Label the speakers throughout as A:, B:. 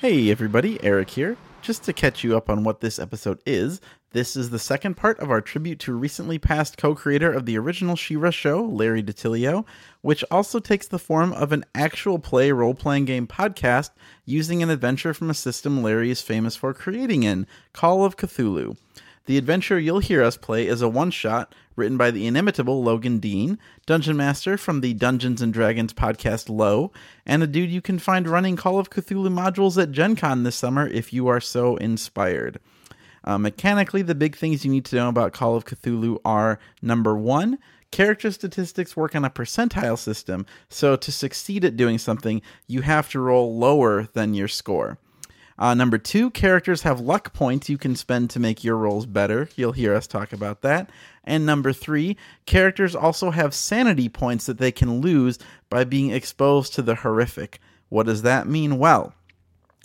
A: Hey, everybody, Eric here. Just to catch you up on what this episode is, this is the second part of our tribute to recently passed co creator of the original She Ra show, Larry DiTilio, which also takes the form of an actual play role playing game podcast using an adventure from a system Larry is famous for creating in Call of Cthulhu. The adventure you'll hear us play is a one shot written by the inimitable Logan Dean, dungeon master from the Dungeons and Dragons podcast Low, and a dude you can find running Call of Cthulhu modules at Gen Con this summer if you are so inspired. Uh, mechanically, the big things you need to know about Call of Cthulhu are number one, character statistics work on a percentile system, so to succeed at doing something, you have to roll lower than your score. Uh, number two, characters have luck points you can spend to make your rolls better. You'll hear us talk about that. And number three, characters also have sanity points that they can lose by being exposed to the horrific. What does that mean? Well,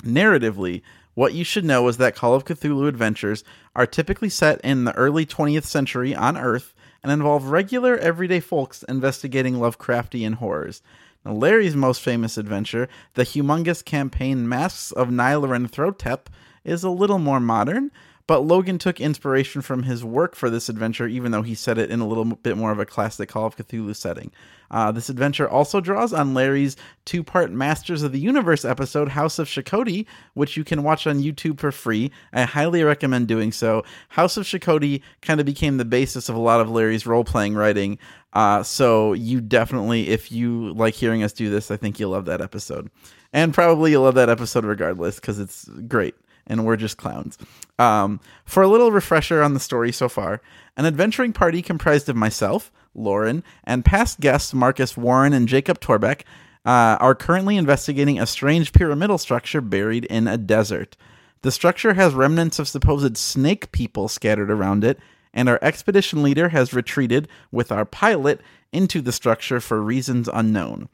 A: narratively, what you should know is that Call of Cthulhu adventures are typically set in the early 20th century on Earth and involve regular, everyday folks investigating Lovecraftian horrors. Now, Larry's most famous adventure, the humongous campaign Masks of Nylarenthotep, is a little more modern, but Logan took inspiration from his work for this adventure, even though he set it in a little bit more of a classic Call of Cthulhu setting. Uh, this adventure also draws on Larry's two part Masters of the Universe episode, House of Shakoti, which you can watch on YouTube for free. I highly recommend doing so. House of Shakoti kind of became the basis of a lot of Larry's role playing writing. Uh, so you definitely, if you like hearing us do this, I think you'll love that episode. And probably you'll love that episode regardless, because it's great and we're just clowns. Um, for a little refresher on the story so far, an adventuring party comprised of myself, Lauren, and past guests Marcus Warren and Jacob Torbeck uh, are currently investigating a strange pyramidal structure buried in a desert. The structure has remnants of supposed snake people scattered around it, and our expedition leader has retreated with our pilot into the structure for reasons unknown.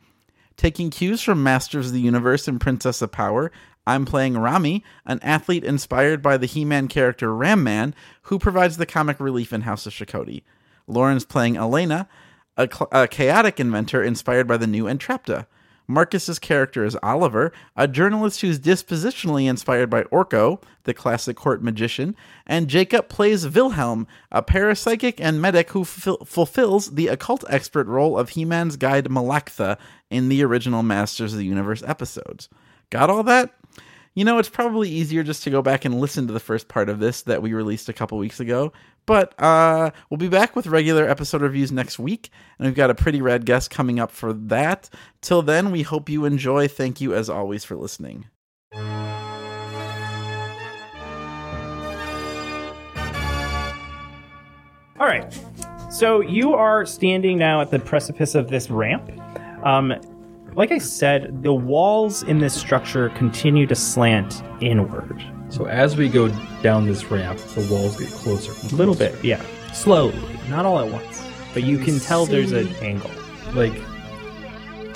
A: Taking cues from Masters of the Universe and Princess of Power, I'm playing Rami, an athlete inspired by the He Man character Ram Man, who provides the comic relief in House of Shakoti. Lauren's playing Elena, a, cl- a chaotic inventor inspired by the new Entrapta. Marcus's character is Oliver, a journalist who's dispositionally inspired by Orko, the classic court magician, and Jacob plays Wilhelm, a parapsychic and medic who ful- fulfills the occult expert role of He Man's guide Malaktha in the original Masters of the Universe episodes. Got all that? You know, it's probably easier just to go back and listen to the first part of this that we released a couple weeks ago. But uh, we'll be back with regular episode reviews next week, and we've got a pretty rad guest coming up for that. Till then, we hope you enjoy. Thank you, as always, for listening.
B: All right. So you are standing now at the precipice of this ramp. Um, like I said, the walls in this structure continue to slant inward.
C: So as we go down this ramp, the walls get closer.
B: A little bit, yeah. Slowly, not all at once. But you can tell there's an angle.
C: Like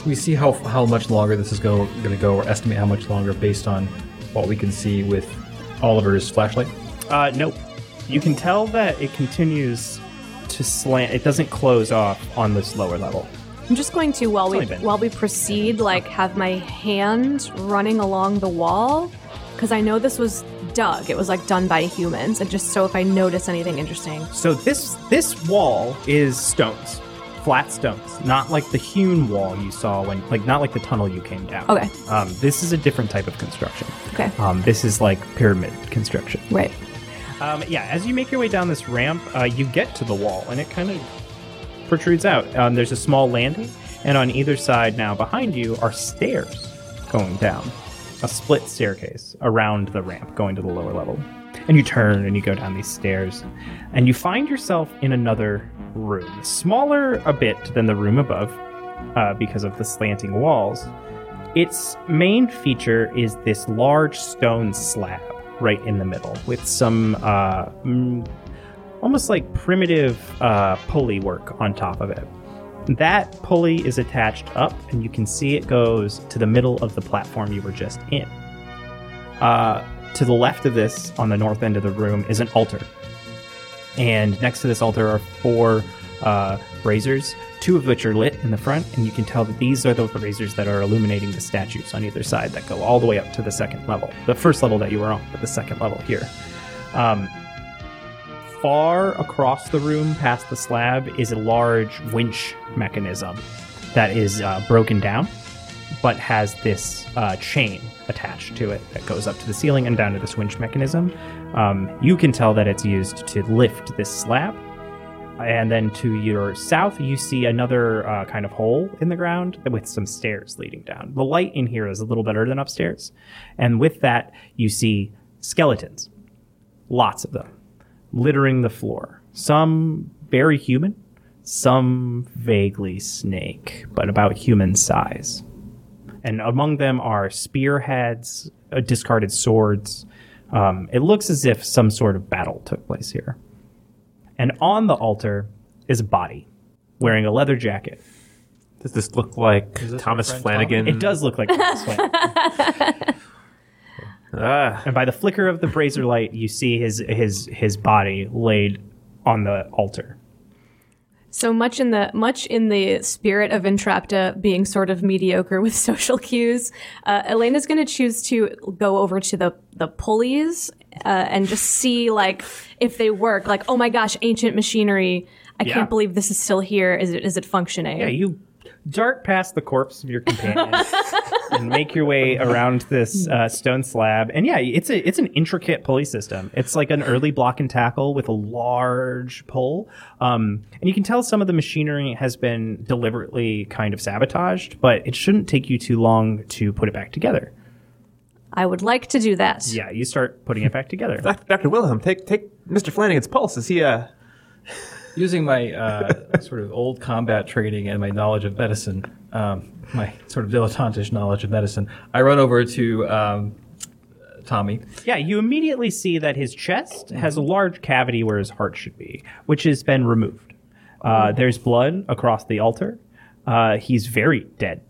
C: we see how how much longer this is go, going to go, or estimate how much longer based on what we can see with Oliver's flashlight.
B: Uh, nope. You can tell that it continues to slant. It doesn't close off on this lower level.
D: I'm just going to while we
B: It's only been-
D: while we proceed, like have my hand running along the wall because I know this was dug. It was like done by humans, and just so if I notice anything interesting,
B: So this this wall is stones, flat stones, not like the hewn wall you saw when, like, not like the tunnel you came down.
D: Okay.
B: Um, this is a different type of construction.
D: okay,
B: Um, this is like pyramid construction.
D: right.
B: Um, yeah, as you make your way down this ramp, uh, you get to the wall, and it kind of protrudes out. Um, there's a small landing, and on either side now behind you are stairs going down, a split staircase around the ramp going to the lower level. And you turn and you go down these stairs, and you find yourself in another room, smaller a bit than the room above uh, because of the slanting walls. Its main feature is this large stone slab right in the middle with some uh, mm, almost like primitive uh, pulley work on top of it. That pulley is attached up, and you can see it goes to the middle of the platform you were just in. Uh, to the left of this, on the north end of the room, is an altar. And next to this altar are four uh, braziers two of which are lit in the front, and you can tell that these are the razors that are illuminating the statues on either side that go all the way up to the second level. The first level that you were on, but the second level here. Um, far across the room, past the slab, is a large winch mechanism that is uh, broken down, but has this uh, chain attached to it that goes up to the ceiling and down to this winch mechanism. Um, you can tell that it's used to lift this slab. And then to your south, you see another uh, kind of hole in the ground with some stairs leading down. The light in here is a little better than upstairs. And with that, you see skeletons, lots of them littering the floor. Some very human, some vaguely snake, but about human size. And among them are spearheads, uh, discarded swords. Um, it looks as if some sort of battle took place here. And on the altar is a body wearing a leather jacket.
E: Does this look like
C: this
E: Thomas
C: our friend
E: Flanagan?
B: It does look like Thomas Flanagan.
E: Ah,
B: and by the flicker of the brazier light, you see his his his body laid on the altar.
D: So much in the much in the spirit of Entrapta being sort of mediocre with social cues, uh, Elena's going to choose to go over to the the pulleys uh, and just see like if they work. Like, oh my gosh, ancient machinery! I
B: Yeah.
D: can't believe this is still here. Is it is it functioning?
B: Yeah, you dart past the corpse of your companion and make your way around this uh, stone slab. And yeah, it's a it's an intricate pulley system. It's like an early block and tackle with a large pull. Um, and you can tell some of the machinery has been deliberately kind of sabotaged, but it shouldn't take you too long to put it back together.
D: I would like to do that.
B: Yeah, you start putting it back together.
E: Doc- Dr. Wilhelm, take take Mr. Flanagan's pulse. Is he uh
C: Using my uh, sort of old combat training and my knowledge of medicine, um, my sort of dilettantish knowledge of medicine, I run over to um, Tommy.
B: Yeah, you immediately see that his chest has a large cavity where his heart should be, which has been removed. Uh, there's blood across the altar. Uh, he's very dead.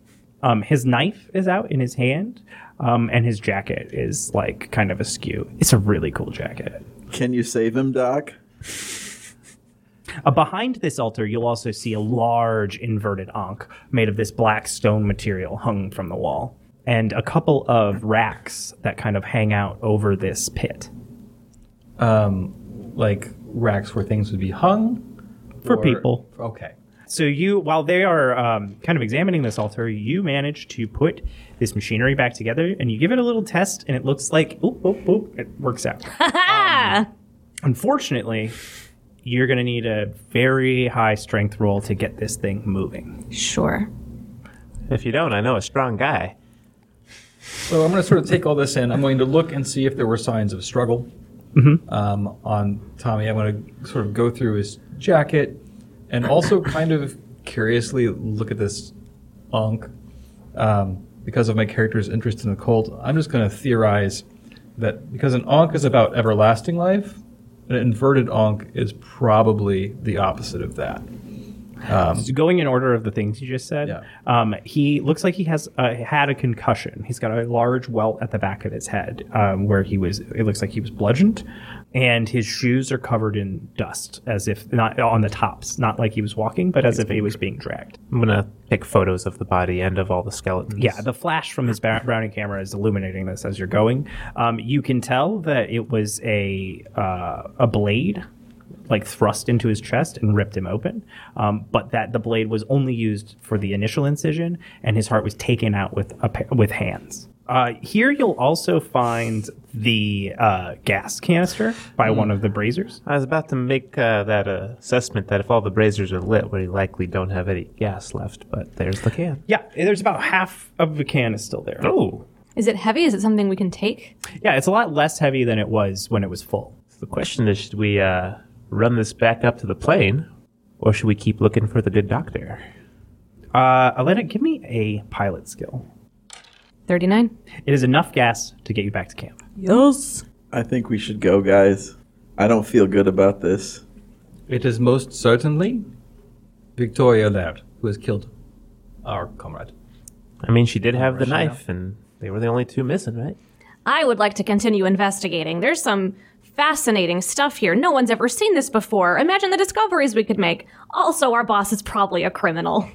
B: Um, his knife is out in his hand, um, and his jacket is like kind of askew. It's a really cool jacket.
A: Can you save him, Doc?
B: Uh, behind this altar, you'll also see a large inverted ankh made of this black stone material hung from the wall, and a couple of racks that kind of hang out over this pit.
C: Um, like racks where things would be hung
B: For
C: or-
B: people.
C: Okay.
B: So you, while they are um, kind of examining this altar, you manage to put this machinery back together, and you give it a little test, and it looks like oop, oop, oop, it works out. Um, unfortunately, you're going to need a very high strength roll to get this thing moving.
D: Sure.
E: if you don't, I know a strong guy.
C: So I'm going to sort of take all this in. I'm going to look and see if there were signs of struggle um, on Tommy. I'm going to sort of go through his jacket and also kind of curiously look at this Ankh. Um, because of my character's interest in the cult, I'm just going to theorize that because an Ankh is about everlasting life, an inverted Ankh is probably the opposite of that.
B: So going in order of the things you just said,
C: Yeah.
B: um, he looks like he has uh, had a concussion. He's got a large welt at the back of his head um, where he was. It looks like he was bludgeoned, and his shoes are covered in dust, as if not on the tops, not like he was walking, but as if he was being dragged.
E: I'm gonna take photos of the body and of all the skeletons.
B: Yeah, the flash from his bra- brownie camera is illuminating this as you're going. Um, you can tell that it was a uh, a blade, like thrust into his chest and ripped him open, um, but that the blade was only used for the initial incision, and his heart was taken out with a pa- with hands. Uh, here you'll also find the uh, gas canister by one of the braziers.
E: I was about to make uh, that uh, assessment that if all the braziers are lit, we likely don't have any gas left. But there's the can.
B: Yeah, there's about half of the can is still there.
E: Oh,
D: Is it heavy? Is it something we can take?
B: Yeah, it's a lot less heavy than it was when it was full.
E: the question is: Should we uh, run this back up to the plane, or should we keep looking for the good doctor?
B: Uh, Elena, give me a pilot skill.
D: Thirty-nine.
B: It is enough gas to get you back to camp.
D: Yes.
A: I think we should go, guys. I don't feel good about this.
C: It is most certainly Victoria Laird who has killed our comrade.
E: I mean, she did have the
C: Russian
E: knife, and they were the only two missing, right?
D: I would like to continue investigating. There's some fascinating stuff here. No one's ever seen this before. Imagine the discoveries we could make. Also, our boss is probably a criminal.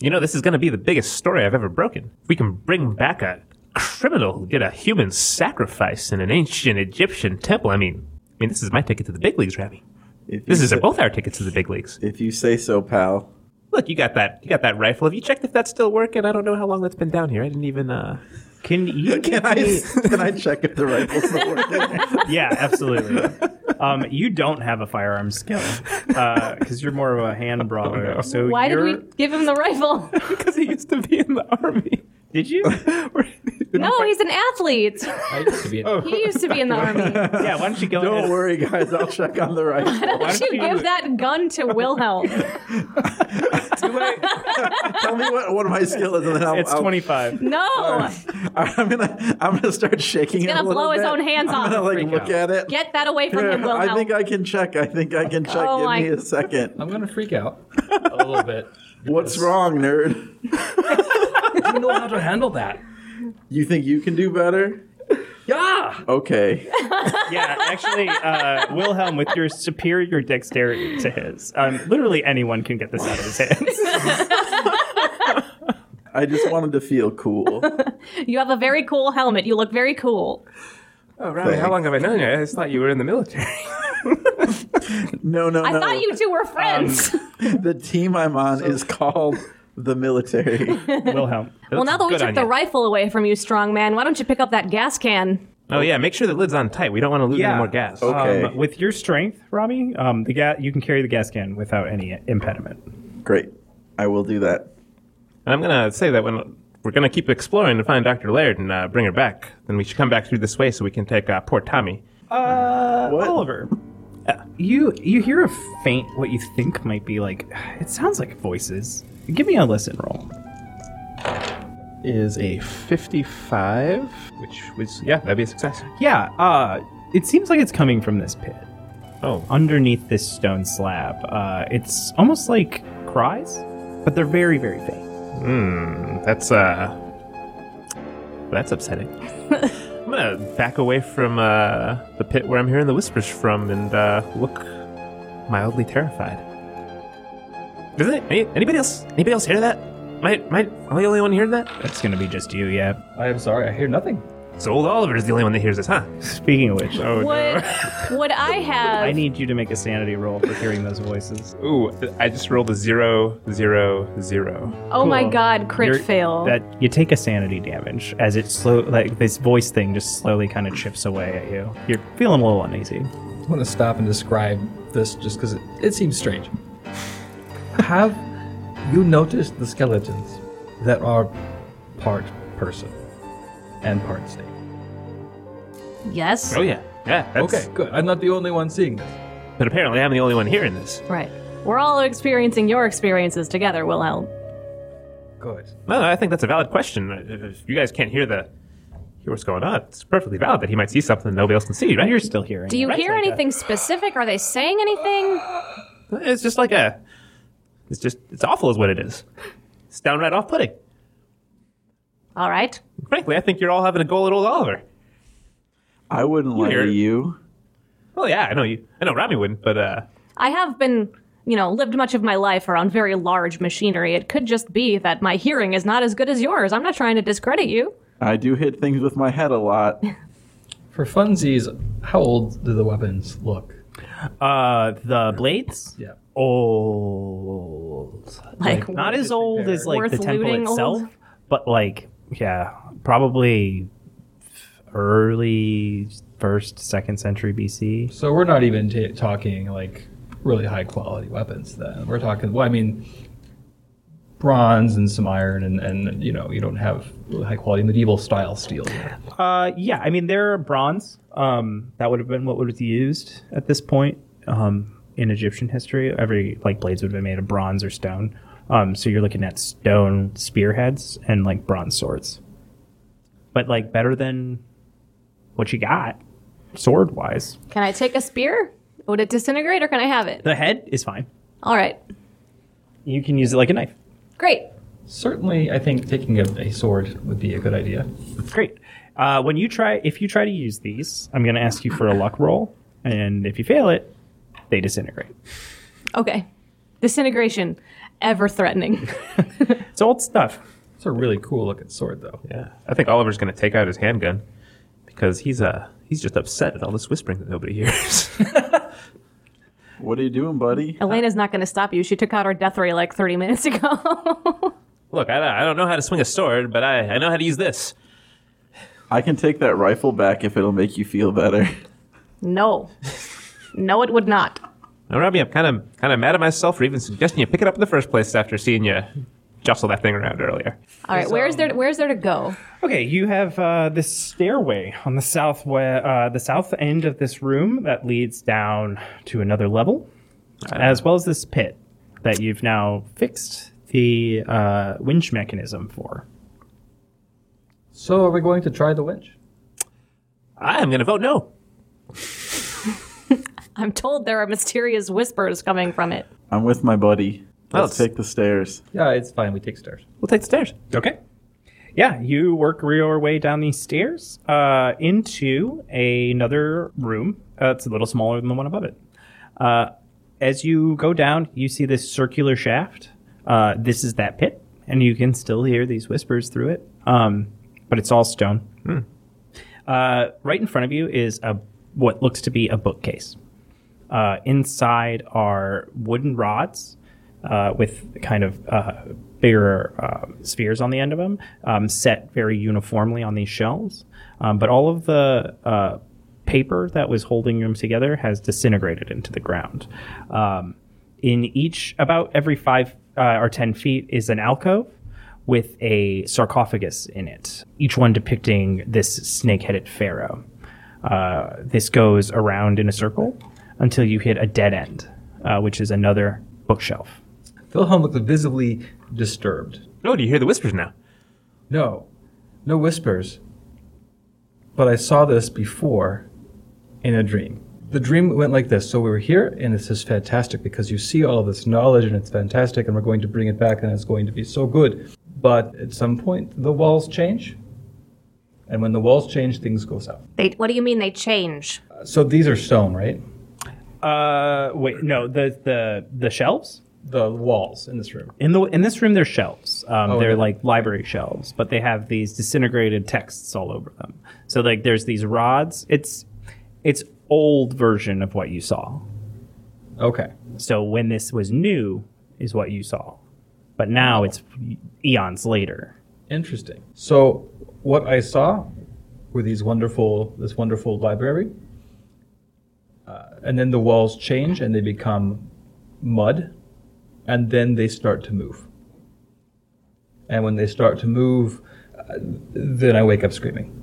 E: You know, this is going to be the biggest story I've ever broken. If we can bring back a criminal who did a human sacrifice in an ancient Egyptian temple, I mean, I mean, this is my ticket to the big leagues, Rami.
A: If
E: This
A: you
E: is
A: say,
E: both our tickets to the big leagues.
A: If you say so, pal.
E: Look, you got that. You got that rifle. Have you checked if that's still working? I don't know how long that's been down here. I didn't even. uh
B: Can
A: Can
B: you give
A: I
B: me-
A: can I check if the rifle's still working?
B: yeah, absolutely. Um, you don't have a firearm skill because you're more of a
A: Oh,
B: hand brawler. So
D: Why
B: you're...
D: did we give him the rifle?
E: Because he used to be in the army.
B: Did you?
D: no, he's an athlete.
C: I used to be. an-
D: He used to be in the army.
B: Yeah. Why don't you go?
A: Don't
B: ahead?
A: worry, guys. I'll check on the rifle.
D: Why don't you give that gun to Wilhelm?
A: Tell me what, what my skill is, and then I'll.
B: It's
A: I'll-
B: 25.
D: No,
A: I'm gonna I'm gonna start shaking. He's
D: gonna blow his own hands
A: I'm gonna
D: off.
A: like
C: Freak
A: look
C: out.
A: at it.
D: get that away from him,
A: Here,
D: Wilhelm.
A: I think I can check. I think I can check.
D: Oh
A: Give
D: my-
A: me a second.
C: I'm gonna freak out a little bit.
A: What's wrong, nerd?
C: I don't know how to handle that.
A: You think you can do better?
C: Yeah.
A: Okay.
B: Yeah, actually, uh, Wilhelm, with your superior dexterity to his, um, literally anyone can get this out of his hands.
A: I just wanted to feel cool.
D: you have a very cool helmet. You look very cool.
E: Oh, Rami,
A: Thanks.
E: how long have I known you? I just thought you were in the military.
A: No, no,
D: I
A: no.
D: thought you two were friends.
A: The team I'm on is called the military.
B: Wilhelm.
D: well, now that we
E: Good
D: took
E: on
D: the
E: you.
D: rifle away from you, strong man, why don't you pick up that gas can?
E: Oh yeah, make sure the lid's on tight. We don't want to lose any more gas.
A: Okay.
B: Um, with your strength, Robbie, um, the ga- you can carry the gas can without any impediment.
A: Great. I will do that.
E: And I'm gonna say that when we're gonna keep exploring and find Dr. Laird and uh, bring her back, then we should come back through this way so we can take uh, poor Tommy.
B: Uh,
A: What?
B: Oliver, uh, you you hear a faint what you think might be like it sounds like voices. Give me a listen roll.
E: Is a 55, which was yeah, that'd be a success.
B: Yeah, uh, it seems like it's coming from this pit
E: Oh,
B: underneath this stone slab. Uh, it's almost like cries, but they're very very faint.
E: that's uh, that's upsetting. I'm gonna back away from uh, the pit where I'm hearing the whispers from and uh, look mildly terrified. Does it? Any, anybody else? Anybody else hear that? Am I, am I, am I the only one hearing that?
B: That's gonna be just you, yeah.
C: I am sorry. I hear nothing.
E: So old Oliver is the only one that hears this, huh?
B: Speaking of which,
E: Oh,
D: Would would I have?
B: I need you to make a sanity roll for hearing those voices.
E: Ooh, I just rolled a zero, zero, zero.
D: oh my
B: Cool.
D: God, crit
B: You're-
D: fail.
B: That you take a sanity damage as it slow like this voice thing just slowly kind of chips away at you. You're feeling a little uneasy.
C: I want to stop and describe this just because it, it seems strange. Have you noticed the skeletons that are part person and part snake?
D: yes.
E: Oh yeah, yeah. That's,
C: Okay, good. I'm not the only one seeing this.
E: but apparently I'm the only one hearing this.
D: Right. We're all experiencing your experiences together, Wilhelm.
C: Good.
E: No, I think that's a valid question. Uh, If, if you guys can't hear the hear what's going on, it's perfectly valid that he might see something nobody else can see, right?
B: You're still hearing.
D: Do you
B: it.
D: hear anything specific? Are they saying anything?
E: It's just like a, it's just it's awful, is what it is. It's downright off-putting.
D: All right.
E: Frankly, I think you're all having a go at old Oliver.
A: I wouldn't lie
E: Weird.
A: to you.
E: Well, yeah, I know you. I know Rami wouldn't, but uh,
D: I have been, you know, lived much of my life around very large machinery. It could just be that my hearing is not as good as yours. I'm not trying to discredit you.
A: I do hit things with my head a lot.
C: For funsies, how old do the weapons look?
B: Uh, the blades.
C: Yeah.
B: Old.
D: Like,
B: Not as old as like
D: Worth
B: the temple
D: looting old?
B: itself, but like yeah, probably early first second century BC.
C: So we're not even ta talking like really high quality weapons then. We're talking, well, I mean, bronze and some iron, and, and you know, you don't have really high quality medieval style steel. yet.
B: Uh, yeah, I mean they're bronze. Um, that would have been what was used at this point um, in Egyptian history. Every like blades would have been made of bronze or stone. Um, so you're looking at stone spearheads and like bronze swords, but like better than what you got sword wise.
D: Can I take a spear? Would it disintegrate or can I have it?
B: The head is fine.
D: All right.
B: You can use it like a knife.
D: Great.
C: Certainly, I think taking a, a sword would be a good idea.
B: Great. Uh, when you try, if you try to use these, I'm going to ask you for a luck roll, and if you fail it, they disintegrate.
D: Okay. Disintegration, ever threatening.
B: It's old stuff.
C: It's a really cool looking sword, though.
E: Yeah, I think Oliver's going to take out his handgun because he's uh he's just upset at all this whispering that nobody hears.
A: What are you doing, buddy?
D: Elena's not going to stop you. She took out her death ray like 30 minutes ago.
E: Look, I don't, I don't know how to swing a sword, but I, I know how to use this.
A: I can take that rifle back if it'll make you feel better.
D: no. No, it would not.
E: Now, Robbie, I'm kind of kind of mad at myself for even suggesting you pick it up in the first place after seeing you jostle that thing around earlier.
D: All right, where's there where's there to go?
B: Okay, you have uh, this stairway on the south we- uh, the south end of this room that leads down to another level, as well as this pit that you've now fixed the uh, winch mechanism for.
C: So are we going to try the winch?
E: I am going to vote no.
D: I'm told there are mysterious whispers coming from it.
A: I'm with my buddy.
E: Well,
A: Let's
E: it's-
A: take the stairs.
C: Yeah, it's fine. We take stairs.
E: We'll take the stairs.
B: Okay. Yeah, you work your way down these stairs uh, into another room. Uh, it's a little smaller than the one above it. Uh, as you go down, you see this circular shaft. Uh, this is that pit, and you can still hear these whispers through it. Um, but it's all stone. Uh, right in front of you is a what looks to be a bookcase. Uh, inside are wooden rods uh, with kind of uh, bigger uh, spheres on the end of them, um, set very uniformly on these shelves. Um, but all of the uh, paper that was holding them together has disintegrated into the ground. Um, in each, about every five uh, or ten feet, is an alcove with a sarcophagus in it, each one depicting this snake headed pharaoh. Uh, this goes around in a circle until you hit a dead end, uh, which is another bookshelf.
C: Wilhelm looked visibly disturbed.
E: Oh, do you hear the whispers now?
C: No, no whispers. But I saw this before in a dream. The dream went like this. So we were here, and this is fantastic because you see all this knowledge, and it's fantastic, and we're going to bring it back, and it's going to be so good. But at some point, the walls change. And when the walls change, things go south.
D: They what do you mean they change?
C: So these are stone, right?
B: Uh, wait, no, the the the shelves
C: The walls in this room.
B: in the in this room they're shelves. Um,
C: Oh,
B: they're
C: yeah.
B: like library shelves, but they have these disintegrated texts all over them. So like, there's these rods. It's it's old version of what you saw.
C: Okay.
B: So when this was new is what you saw, but now it's eons later.
C: Interesting. So what I saw were these wonderful, this wonderful library, uh, and then the walls change and they become mud, and then they start to move. And when they start to move, uh, then I wake up screaming.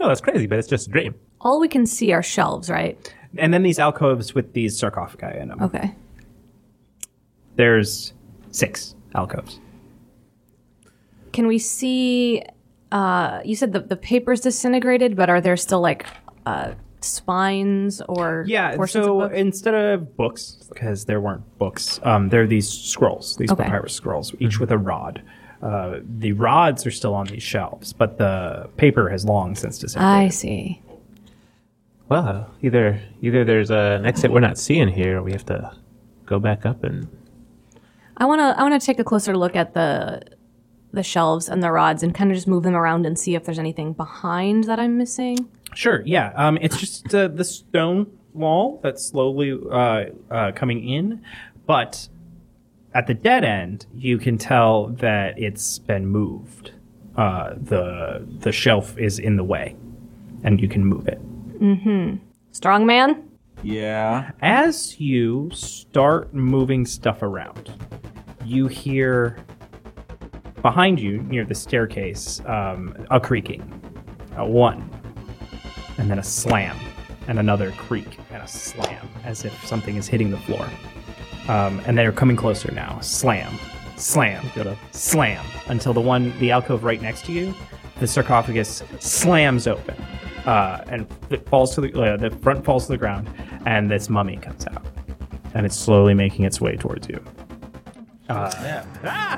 E: Oh, that's crazy, but it's just a dream.
D: All we can see are shelves, right?
B: And then these alcoves with these sarcophagi in them.
D: Okay.
B: There's six alcoves.
D: Can we see uh you said the, the paper's disintegrated, but are there still like uh spines or
B: Yeah,
D: portions
B: so
D: of books?
B: instead of books, because there weren't books, um, there are these scrolls, these
D: Okay.
B: papyrus scrolls, each with a rod. Uh, the rods are still on these shelves, but the paper has long since
D: I
B: disintegrated.
D: see.
E: Well, uh, either either there's uh, an exit we're not seeing here, or we have to go back up and
D: I wanna I wanna take a closer look at the the shelves and the rods and kind of just move them around and see if there's anything behind that I'm missing.
B: Sure, yeah. Um, it's just uh, the stone wall that's slowly uh, uh, coming in, but at the dead end, you can tell that it's been moved. Uh, the the shelf is in the way, and you can move it.
D: Strong man?
A: Yeah.
B: As you start moving stuff around, you hear behind you near the staircase um, a creaking, a one, and then a slam, and another creak and a slam, as if something is hitting the floor. Um, and they're coming closer now. Slam, slam, slam, until the one, the alcove right next to you, the sarcophagus slams open, uh, and it falls to the uh, the front falls to the ground, and this mummy comes out, and it's slowly making its way towards you.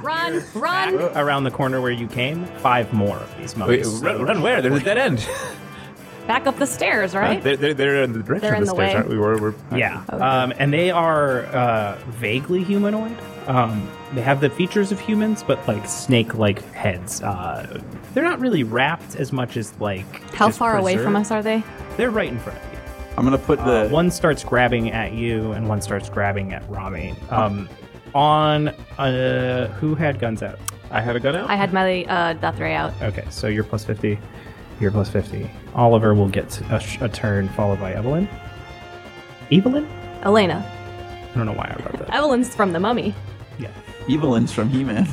D: Run, run.
B: around the corner where you came, five more of these
E: Wait,
B: mummies.
E: run, run where? There's a dead end.
D: Back up the stairs, right?
E: they're, they're, they're in the direction
D: They're
E: of
D: in
E: the,
D: the
E: stairs,
D: way.
E: aren't we? We're, we're,
B: Yeah,
D: Okay.
B: um, and they are uh, vaguely humanoid. Um, they have the features of humans, but like snake-like heads. Uh, they're not really wrapped as much as like.
D: How
B: just
D: far away from
B: preserved.
D: us are they?
B: They're right in front of you.
A: I'm gonna put the
B: Uh, one starts grabbing at you, and one starts grabbing at Rami. Um, on uh, who had guns out?
E: I had a gun out.
D: I had my uh, Dothray out.
B: Okay, so you're plus 50. You're plus 50. Oliver will get a, sh- a turn followed by Evelyn. Evelyn?
D: Elena.
B: I don't know why I wrote that.
D: Evelyn's from the mummy.
B: Yeah.
A: Evelyn's from He-Man.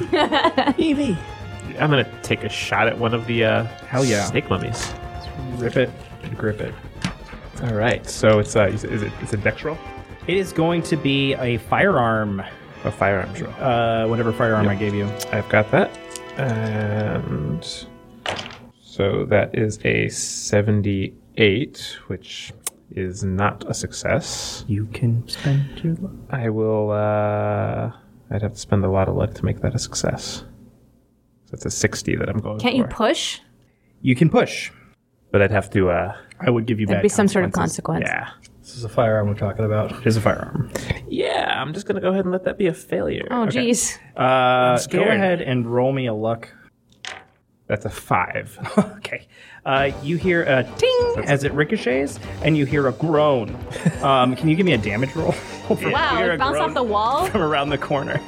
B: Evie.
E: I'm gonna take a shot at one of the uh,
B: Hell yeah.
E: snake mummies.
B: Rip it and grip it.
E: All right, so it's uh, is it it's a dex roll,
B: It is going to be a firearm,
E: a firearms roll.
B: uh, whatever firearm I gave you.
E: I've got that, and so that is a seventy-eight, which is not a success.
B: You can spend your luck.
E: I will. Uh, I'd have to spend a lot of luck to make that a success. So it's a sixty that I'm going
D: Can't
E: for.
D: you push?
B: You can push.
E: but I'd have to. Uh,
B: I would give you
D: There'd
B: bad
D: be some sort of
B: consequences.
D: consequence.
E: yeah,
C: This is a firearm we're talking about.
B: It is a firearm.
E: yeah. I'm just gonna go ahead and let that be a failure.
D: Oh, jeez.
B: Uh, go
E: scared.
B: ahead and roll me a luck
E: That's a five.
B: Okay. Uh, you hear a ting as it ricochets, and you hear a groan. Um, can you give me a damage roll? From-
D: Wow,
B: you hear a
D: it bounced
B: groan
D: off the wall?
B: from around the corner.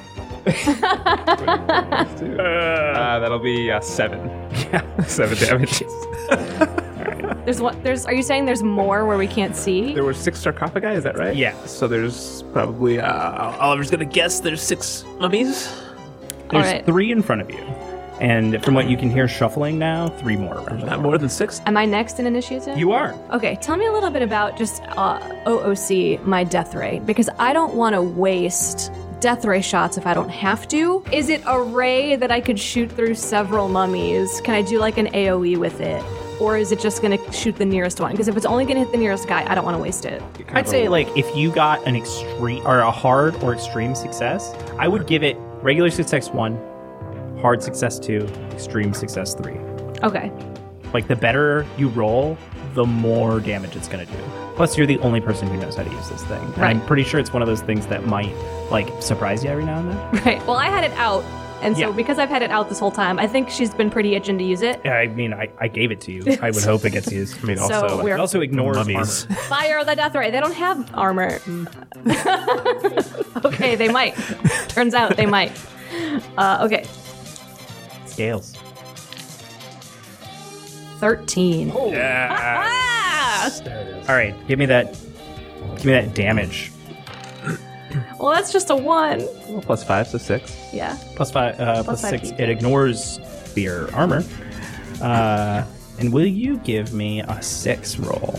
E: Uh, that'll be uh, seven. Yeah, seven damage.
D: There's what? There's. Are you saying there's more where we can't see?
E: there were six sarcophagi, is that right?
B: Yeah.
E: So there's probably uh, Oliver's gonna guess there's six mummies.
D: All
B: There's
D: right.
B: three in front of you, and from what you can hear shuffling now, three more around.
E: Not more than six.
D: Am I next in initiative?
B: You are.
D: Okay, tell me a little bit about just uh, OOC, my death ray, because I don't want to waste death ray shots if I don't have to. Is it a ray that I could shoot through several mummies? Can I do like an AoE with it? Or is it just going to shoot the nearest one? Because if it's only going to hit the nearest guy, I don't want to waste it.
B: I'd say like if you got an extreme or a hard or extreme success, I would give it regular success one, hard success two, extreme success three.
D: Okay.
B: Like the better you roll, the more damage it's going to do. Plus, you're the only person who knows how to use this thing. And I'm
D: Right.
B: pretty sure it's one of those things that might like surprise you every now and then.
D: Right. Well, I had it out. And so
B: Yeah.
D: because I've had it out this whole time, I think she's been pretty itching to use it.
B: I mean, I, I gave it to you. I would hope it gets used.
E: I mean,
D: So
E: also,
B: It
D: we're-
B: also ignores
E: Mummies.
B: armor.
D: Fire the death ray. They don't have armor. okay, they might. Turns out they might. Uh, okay,
B: scales.
D: 13.
E: yeah.
D: Ah!
B: All right, give me that. Give me that damage.
D: Well, that's just a one.
E: Well, plus five, so six.
D: Yeah.
B: Plus five. Uh, plus,
D: five
B: six.
D: feet.
B: It ignores your armor. Uh, and will you give me a six roll?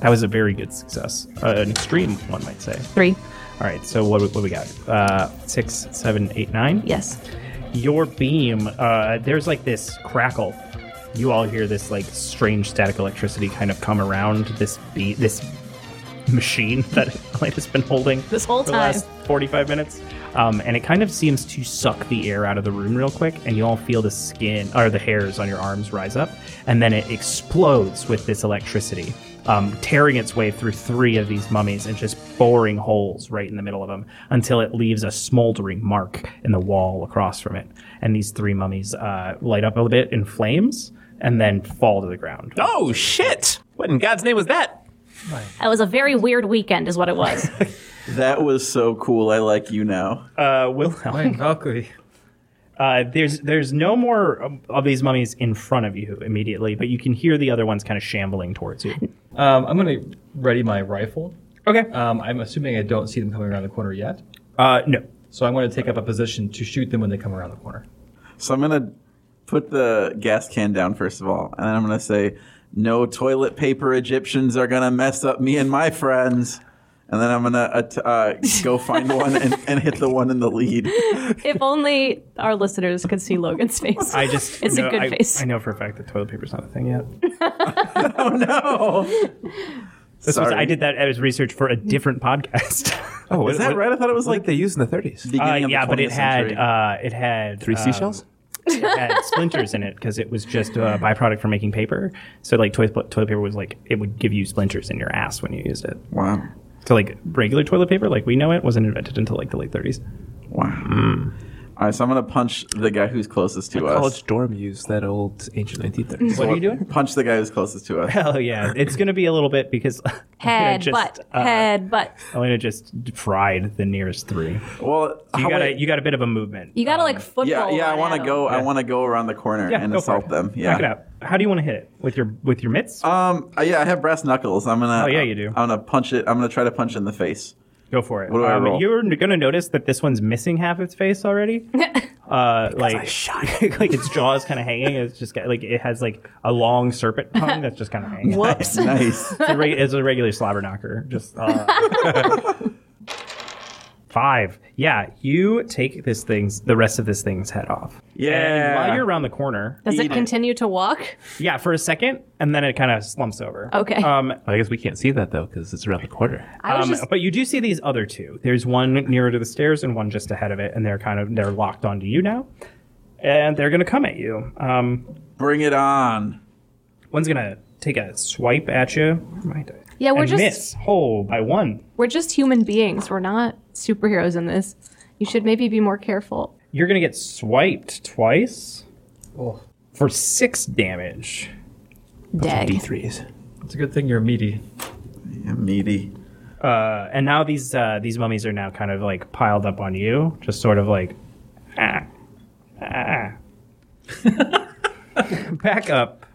B: That was a very good success. Uh, an extreme one might say.
D: Three.
B: All right, so what, what we got? Uh, six, seven, eight, nine.
D: Yes.
B: your beam uh, there's like this crackle you all hear this like strange static electricity kind of come around this be- this machine that Elena's been holding
D: This whole
B: for the
D: time.
B: last 45 minutes um, and it kind of seems to suck the air out of the room real quick and you all feel the skin or the hairs on your arms rise up and then it explodes with this electricity um, tearing its way through three of these mummies and just boring holes right in the middle of them until it leaves a smoldering mark in the wall across from it and these three mummies uh, light up a bit in flames and then fall to the ground
E: Oh shit! What in God's name was that?
D: That was a very weird weekend, is what it was.
A: That was so cool. I like you now.
B: uh, Wilhelm.
C: Fine, Valkyrie.
B: Uh, there's there's no more of- of these mummies in front of you immediately, but you can hear the other ones kind of shambling towards you.
C: Um, I'm going to ready my rifle.
B: Okay.
C: Um, I'm assuming I don't see them coming around the corner yet.
B: Uh, no.
C: So I'm going to take up a position to shoot them when they come around the corner.
A: So I'm gonna put the gas can down first of all, and then I'm gonna say, "No toilet paper Egyptians are gonna mess up me and my friends." And then I'm gonna uh, t- uh, go find one and, and hit the one in the lead.
D: if only our listeners could see Logan's face.
B: I just
D: It's a
B: no,
D: good
B: I,
D: face.
B: I know for a fact that toilet paper's not a thing yet.
A: Oh no!
B: This was
A: Sorry.
B: uh, I did that as research for a different podcast.
E: Oh,
A: Is that right? I thought it was
E: what
A: like
E: did they used in the 30s.
B: Uh,
A: beginning of the
B: yeah, but it
A: 20th
B: had
A: century.
B: uh, it had
E: Three
B: um,
E: seashells?
B: it had splinters in it because it was just a byproduct for making paper. So like toilet toilet paper was like it would give you splinters in your ass when you used it.
A: wow.
B: So like regular toilet paper, like we know it, wasn't invented until like the late 30s.
A: Wow.
B: Hmm.
A: All right, so I'm going to punch the guy who's closest to us.
E: College dorm used that old ancient 1930s.
B: What are you doing?
A: Punch the guy who's closest to us.
B: Hell Oh, yeah! It's gonna be a little bit because Elena
D: Head
B: just,
D: butt.
B: uh,
D: head butt.
B: Elena just fried the nearest three.
A: Well,
B: You
A: how-
B: got a
A: wait.
B: you got a bit of a movement.
D: You gotta like football.
A: yeah, yeah. I
D: on
A: want to
D: Adam.
A: go. I want to go around the corner
B: Yeah,
A: and
B: go for
A: assault
B: it.
A: them.
B: Knock it
A: Yeah.
B: out. How do you want to hit it with your with your mitts?
A: Um. uh, Yeah, I have brass knuckles. I'm gonna. uh,
B: Oh, yeah, you do.
A: I'm gonna punch it. I'm gonna try to punch it in the face.
B: Go for it.
A: What do I
B: Um,
A: roll?
B: You're going to notice that this one's missing half its face already. uh, like, like its jaw is kind of hanging. It's just got, like it has like a long serpent tongue that's just kind of hanging.
D: Whoops.
A: Nice.
B: It's a, reg- it's a regular slobber knocker. Just uh, five. Yeah, you take this thing's the rest of this thing's head off. And
A: yeah.
B: while you're around the corner,
D: Does
A: Eat
D: it
A: it.
D: continue to walk?
B: yeah, for a second, and then it kind of slumps over.
D: Okay.
B: Um,
E: I guess we can't see that though because it's around the corner.
D: I was
B: Um,
D: just
B: but you do see these other two. There's one nearer to the stairs and one just ahead of it, and they're kind of they're locked onto you now, and they're gonna come at you. Um,
A: Bring it on.
B: one's gonna take a swipe at you. Where am I doing?
D: Yeah, we're
B: And
D: just-
B: miss hole by one.
D: we're just human beings. We're not superheroes in this. You should maybe be more careful.
B: You're gonna get swiped twice
C: Oh,
B: for six damage.
D: Dag.
E: D3s.
C: it's a good thing you're meaty.
A: Yeah, meaty.
B: Uh, and now these uh, these mummies are now kind of like piled up on you, just sort of like, ah, ah. Back up.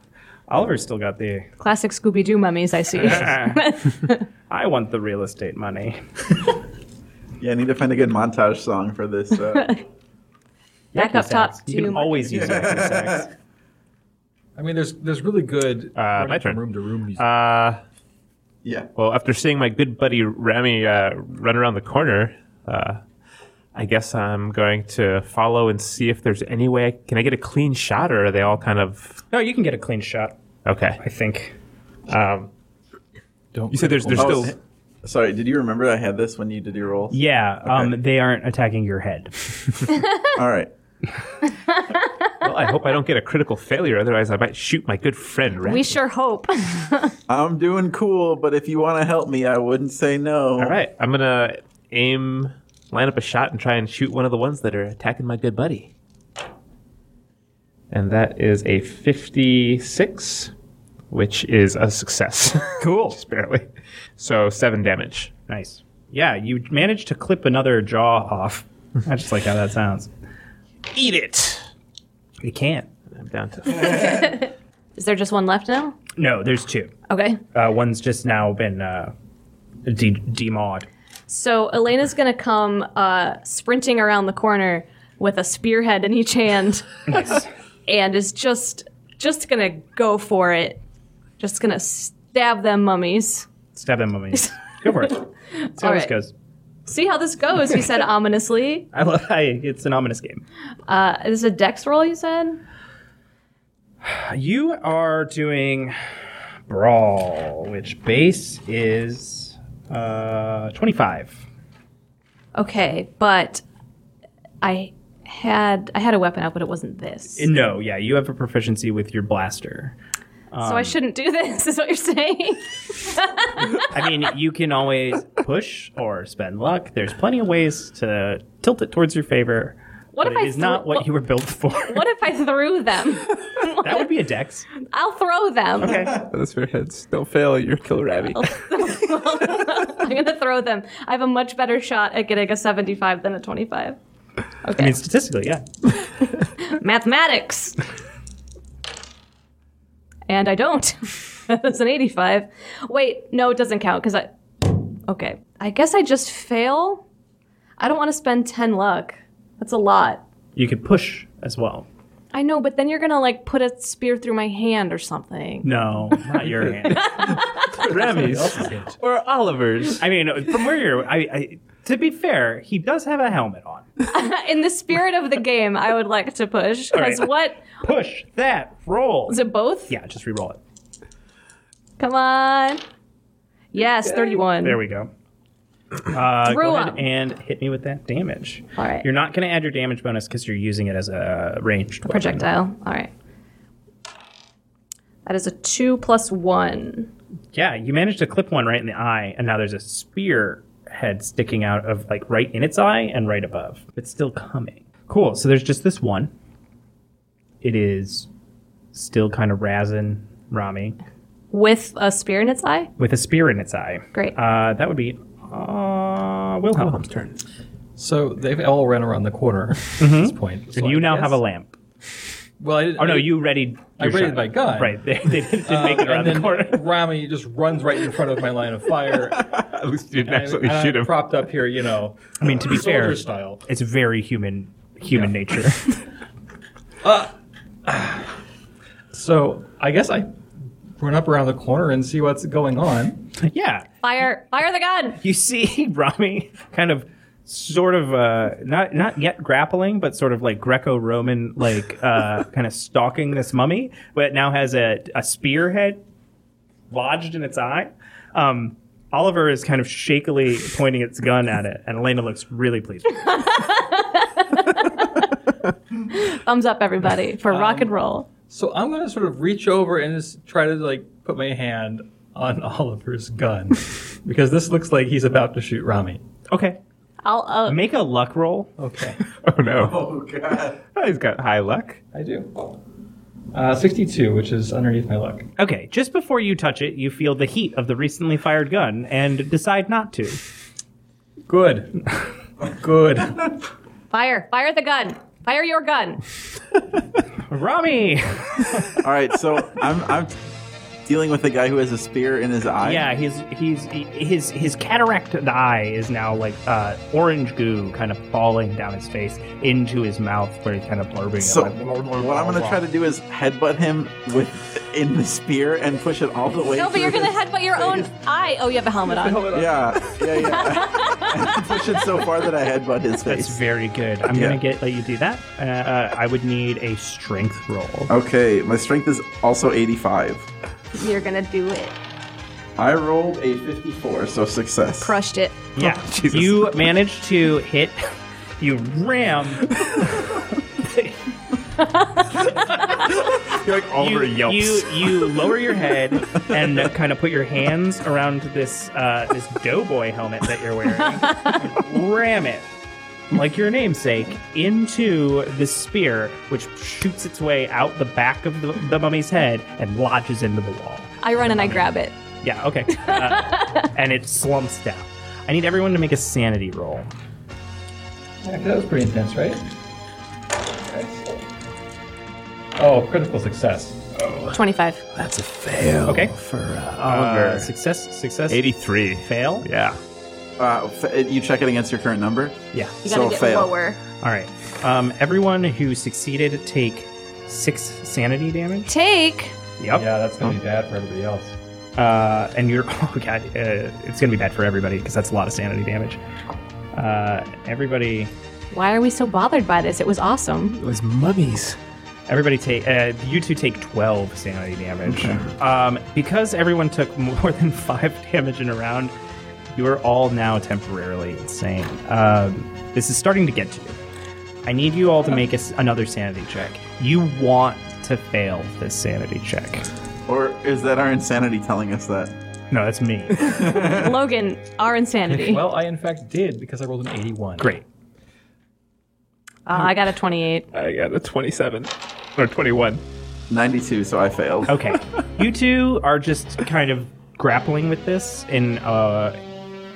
B: Oliver's still got the
D: Classic Scooby Doo mummies. I see.
B: I want the real estate money.
A: Yeah, I need to find a good montage song for this. Uh,
D: Back up top.
B: Sax. You
D: to
B: can
D: my-
B: always use Maxi Sax.
C: I mean, there's there's really good uh,
E: my
C: running
E: turn.
C: from room to room music.
E: Uh,
A: yeah.
E: well, after seeing my good buddy Remy uh, run around the corner, uh, I guess I'm going to follow and see if there's any way. I, can I get a clean shot, or are they all kind of
B: No, you can get a clean shot,
E: okay?
B: I think.
E: Um,
C: Don't
E: you said there's there's
A: Oh,
E: still.
A: s- sorry. Did you remember I had this when you did your roll?
B: Yeah,
A: Okay.
B: um, they aren't attacking your head.
A: All right.
E: Well, I hope I don't get a critical failure, otherwise I might shoot my good friend. Remy.
D: We sure hope.
A: I'm doing cool, but if you want to help me, I wouldn't say no.
E: All right, I'm gonna aim, line up a shot, and try and shoot one of the ones that are attacking my good buddy. And that is a 56, which is a success. Cool. Just barely. So seven damage.
B: Nice. Yeah, you managed to clip another jaw off. I just like how that sounds.
E: Eat it.
B: You can't.
E: I'm down to.
D: Is there just one left now?
B: No, there's two.
D: Okay.
B: Uh, one's just now been uh, de- demawed.
D: So Elena's gonna come uh, sprinting around the corner with a spearhead in each hand, and is just just gonna go for it. Just gonna stab them mummies.
B: Stab them, mummy. Go for it. See how
D: All
B: this
D: right.
B: goes.
D: See how this goes, he said ominously.
B: I love. I, it's an ominous game.
D: Uh, is it a dex roll? You said.
B: You are doing brawl, which base is uh, 25.
D: Okay, but I had I had a weapon out, but it wasn't this.
B: No, yeah, you have a proficiency with your blaster.
D: so
B: um,
D: I shouldn't do this. Is what you're saying?
B: I mean, you can always push or spend luck. There's plenty of ways to tilt it towards your favor.
D: What
B: but
D: if I
B: it is not
D: threw-
B: what,
D: what-
B: you were built for.
D: What if I threw them?
B: that would be a dex.
D: I'll throw them.
E: That's fair heads. Don't fail your kill Ravi.
B: Oh.
D: I'm gonna throw them. I have a much better shot at getting a 75 than a 25.
B: I mean, statistically, yeah.
D: Mathematics. and I don't. That's an 85. Wait, no, it doesn't count because I. Okay, I guess I just fail. I don't want to spend 10 luck. That's a lot.
B: You could push as well.
D: I know, but then you're gonna like put a spear through my hand or something.
B: No, not your hand.
C: Oh,
E: Remy's or Oliver's.
B: I mean, from where you're, I, I, to be fair, he does have a helmet on.
D: In the spirit of the game, I would like to push. Because
B: right.
D: what?
B: Push that roll.
D: Is it both?
B: Yeah, just re-roll it.
D: Come on. Yes, 31.
B: There we go. Uh,
D: Through
B: go ahead
D: 'em.
B: and hit me with that damage.
D: All right.
B: You're not going to add your damage bonus because you're using it as a ranged weapon.
D: projectile. All right. That is a two plus one.
B: Yeah, you managed to clip one right in the eye, and now there's a spear head sticking out of like right in its eye and right above. It's still coming. Cool. So there's just this one. It is still kind of razzing Rami
D: With a spear in its eye?
B: with a spear in its eye.
D: Great.
B: Uh, that would be uh, Wilhelm.
E: Wilhelm's turn.
C: So they've all ran around the corner at this point.
B: Mm-hmm.
C: So
B: And you
C: I
B: now
C: guess-
B: have a lamp.
C: Well, I didn't,
B: Oh no,
C: I-
B: you readied.
C: I
B: your
C: raised
B: shot.
C: my gun. Um,
B: Right. They, they didn't, didn't make it
C: and
B: around the
C: then
B: corner.
C: Rami just runs right in front of my line of fire.
E: At least you didn't
B: Uh,
C: And
E: actually
C: I'm
E: shoot him.
C: Propped up here, you know.
B: I mean, to be
C: soldier
B: fair,
C: style.
B: it's very human human nature.
C: So I guess I run up around the corner and see what's going on.
B: yeah.
D: Fire! Fire the gun!
B: you see Rami kind of sort of uh not not yet grappling but sort of like greco-roman like uh kind of stalking this mummy but it now has a a spear head lodged in its eye um oliver is kind of shakily pointing its gun at it and elena looks really pleased
D: Thumbs up, everybody, for rock and roll.
C: So I'm gonna sort of reach over and just try to like put my hand on Oliver's gun because this looks like he's about to shoot Rami.
B: okay
D: I'll uh,
B: make a luck roll
C: Okay,
E: Oh no. Oh god. He's got high luck.
C: I do. Uh, 62, which is underneath my luck.
B: okay just before you touch it you feel the heat of the recently fired gun and decide not to
C: Good. Good.
D: fire! Fire the gun! Fire your gun!
B: rami
A: All right, so I'm I'm dealing with a guy who has a spear in his eye.
B: Yeah, his he's his his cataract of the eye is now like uh, orange goo, kind of falling down his face into his mouth, where he's kind of blurbing.
A: So
B: it, like,
A: what I'm gonna try to do is headbutt him with in the spear and push it all the way.
D: No, but you're
A: through
D: gonna
A: his-
D: headbutt your own eye. Oh, you have a helmet on.
A: Yeah, yeah, yeah. push it so far that I headbutt his
B: That's
A: face.
B: very good. I'm
A: Yeah.
B: gonna get let you do that. Uh, uh, I would need a strength
A: Oh,
B: roll.
A: okay, my strength is also 85.
D: You're gonna do it.
A: I rolled a 54, so success.
D: Crushed it.
B: Yeah,
A: Jesus.
B: you managed to hit. You ram.
E: You're like
B: Oh, you, you you lower your head and kind of put your hands around this uh, this doughboy helmet that you're wearing. and ram it, like your namesake, into the spear, which shoots its way out the back of the, the mummy's head and lodges into the wall.
D: I run and I grab it.
B: Yeah, okay. Uh, and it slumps down. I need everyone to make a sanity roll.
C: Yeah, that was pretty intense, right? Oh, critical success.
D: 25.
E: That's a fail.
B: Okay.
E: For
B: Uh, success, success.
E: 83.
B: Fail.
E: Yeah.
A: Uh, f- you check it against your current number.
B: Yeah.
D: You gotta
A: So
D: get
A: fail.
D: lower.
B: All right. Um, everyone who succeeded take six sanity damage.
D: Take.
B: Yep.
C: Yeah, that's gonna be bad for everybody else.
B: Uh, and you're oh god, uh, it's gonna be bad for everybody because that's a lot of sanity damage. Uh, everybody,
D: Why are we so bothered by this? It was awesome.
E: It was mummies.
B: everybody take. Uh, you two take twelve sanity damage. Um, because everyone took more than five damage in a round, you are all now temporarily insane. Um, this is starting to get to you. I need you all to make us another sanity check. You want to fail this sanity check.
A: Or is that our insanity telling us that?
B: No, that's me.
D: Logan, our insanity.
C: Well, I in fact did because I rolled an 81.
B: Great.
D: Uh, I got a 28.
E: I got a 27. Or 21.
A: 92, so I failed.
B: Okay. you two are just kind of grappling with this, and uh,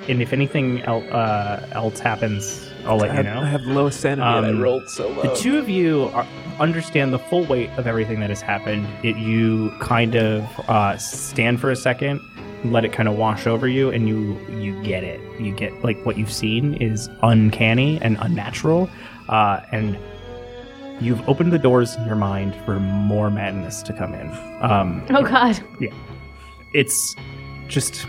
B: and if anything el- uh, else happens, I'll let you know.
E: low sanity
B: Um,
E: so low.
B: the two of you are, understand the full weight of everything that has happened. It, you kind of uh, stand for a second, let it kind of wash over you, and you you get it. You get like what you've seen is uncanny and unnatural, uh, and you've opened the doors in your mind for more madness to come in. Um,
D: Oh, God.
B: it's just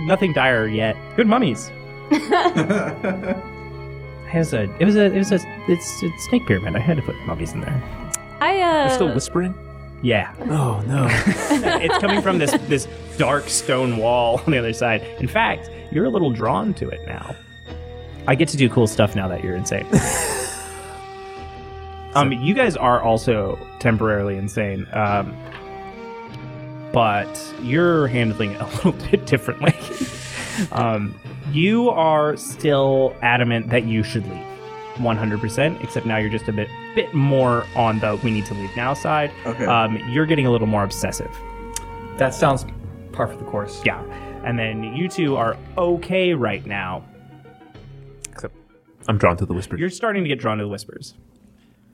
B: nothing dire yet. Good mummies. I was a, it was a, it was a, it's, it's snake pyramid. I had to put mummies in there.
D: I, uh.
E: whispering?
B: Yeah,
E: Oh no.
B: it's coming from this this dark stone wall on the other side. In fact, You're a little drawn to it now. I get to do cool stuff now that you're insane. um, you guys are also temporarily insane, um, but you're handling it a little bit differently. um, you are still adamant that you should leave. 100%, except now you're just a bit bit more on the we need to leave now side.
A: Okay.
B: Um, you're getting a little more obsessive.
C: That sounds par for the course.
B: Yeah. And then you two are okay right now.
E: Except I'm drawn to the whisper.
B: You're starting to get drawn to the whispers.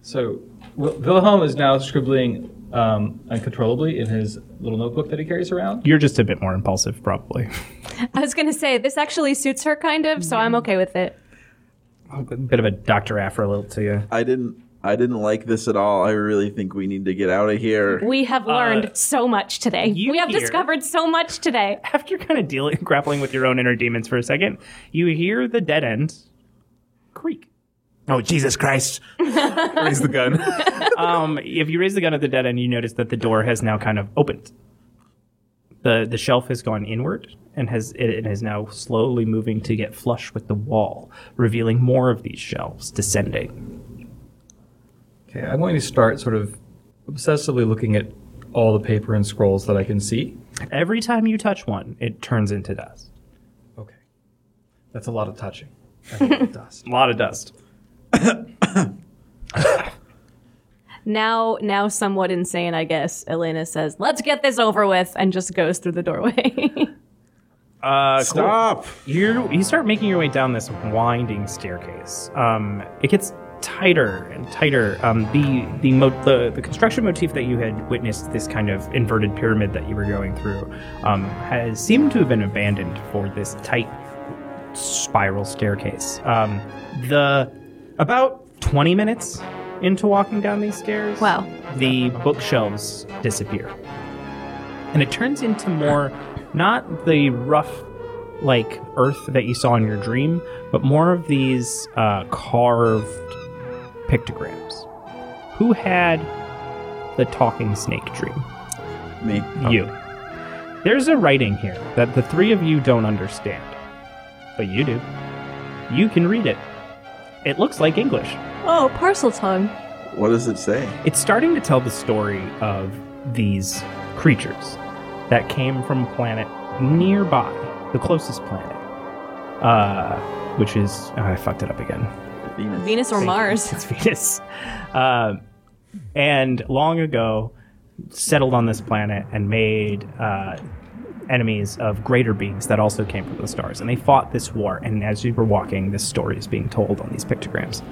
C: So Wil- Wilhelm is now scribbling um, uncontrollably in his little notebook that he carries around.
B: You're just a bit more impulsive, probably.
D: I was going to say, this actually suits her kind of, so I'm
B: Mm.
D: okay with it.
B: a bit of a Dr. Afro lilt to you.
A: I didn't. I didn't like this at all. I really think we need to get out of here.
D: We have learned so much today.
B: Uh, you
D: We have
B: hear-
D: discovered so much today.
B: After kind of dealing, grappling with your own inner demons for a second, you hear the dead end creak.
E: oh Jesus Christ! Raise the gun.
B: Um, if you raise the gun at the dead end, you notice that the door has now kind of opened. The, the shelf has gone inward and has it, it is now slowly moving to get flush with the wall, revealing more of these shelves descending.
C: Okay, I'm going to start sort of obsessively looking at all the paper and scrolls that I can see.
B: Every time you touch one, it turns into dust.
C: Okay, that's a lot of touching. That's a lot of dust.
B: A lot of dust.
D: Now, now somewhat insane, I guess. Elena says, "Let's get this over with," and just goes through the doorway.
B: Uh,
A: Stop.
B: You you start making your way down this winding staircase. Um, it gets tighter and tighter. Um, the the, mo- the the construction motif that you had witnessed, this kind of inverted pyramid that you were going through, um, has seemed to have been abandoned for this tight spiral staircase. Um, the about twenty minutes into walking down these stairs,
D: Wow.
B: the bookshelves disappear and it turns into more not the rough like earth that you saw in your dream but more of these uh, carved pictograms who had the talking snake dream
A: Me.
B: you there's a writing here that the three of you don't understand but you do you can read it it looks like english
D: oh, parcel tongue.
A: What does it say?
B: it's starting to tell the story of these creatures that came from a planet nearby, the closest planet, uh, which is oh, I fucked it up again.
A: Venus.
D: Venus or Mars?
B: It's Venus. Um, and long ago, settled on this planet and made uh, enemies of greater beings that also came from the stars. And they fought this war. And as you were walking, this story is being told on these pictograms.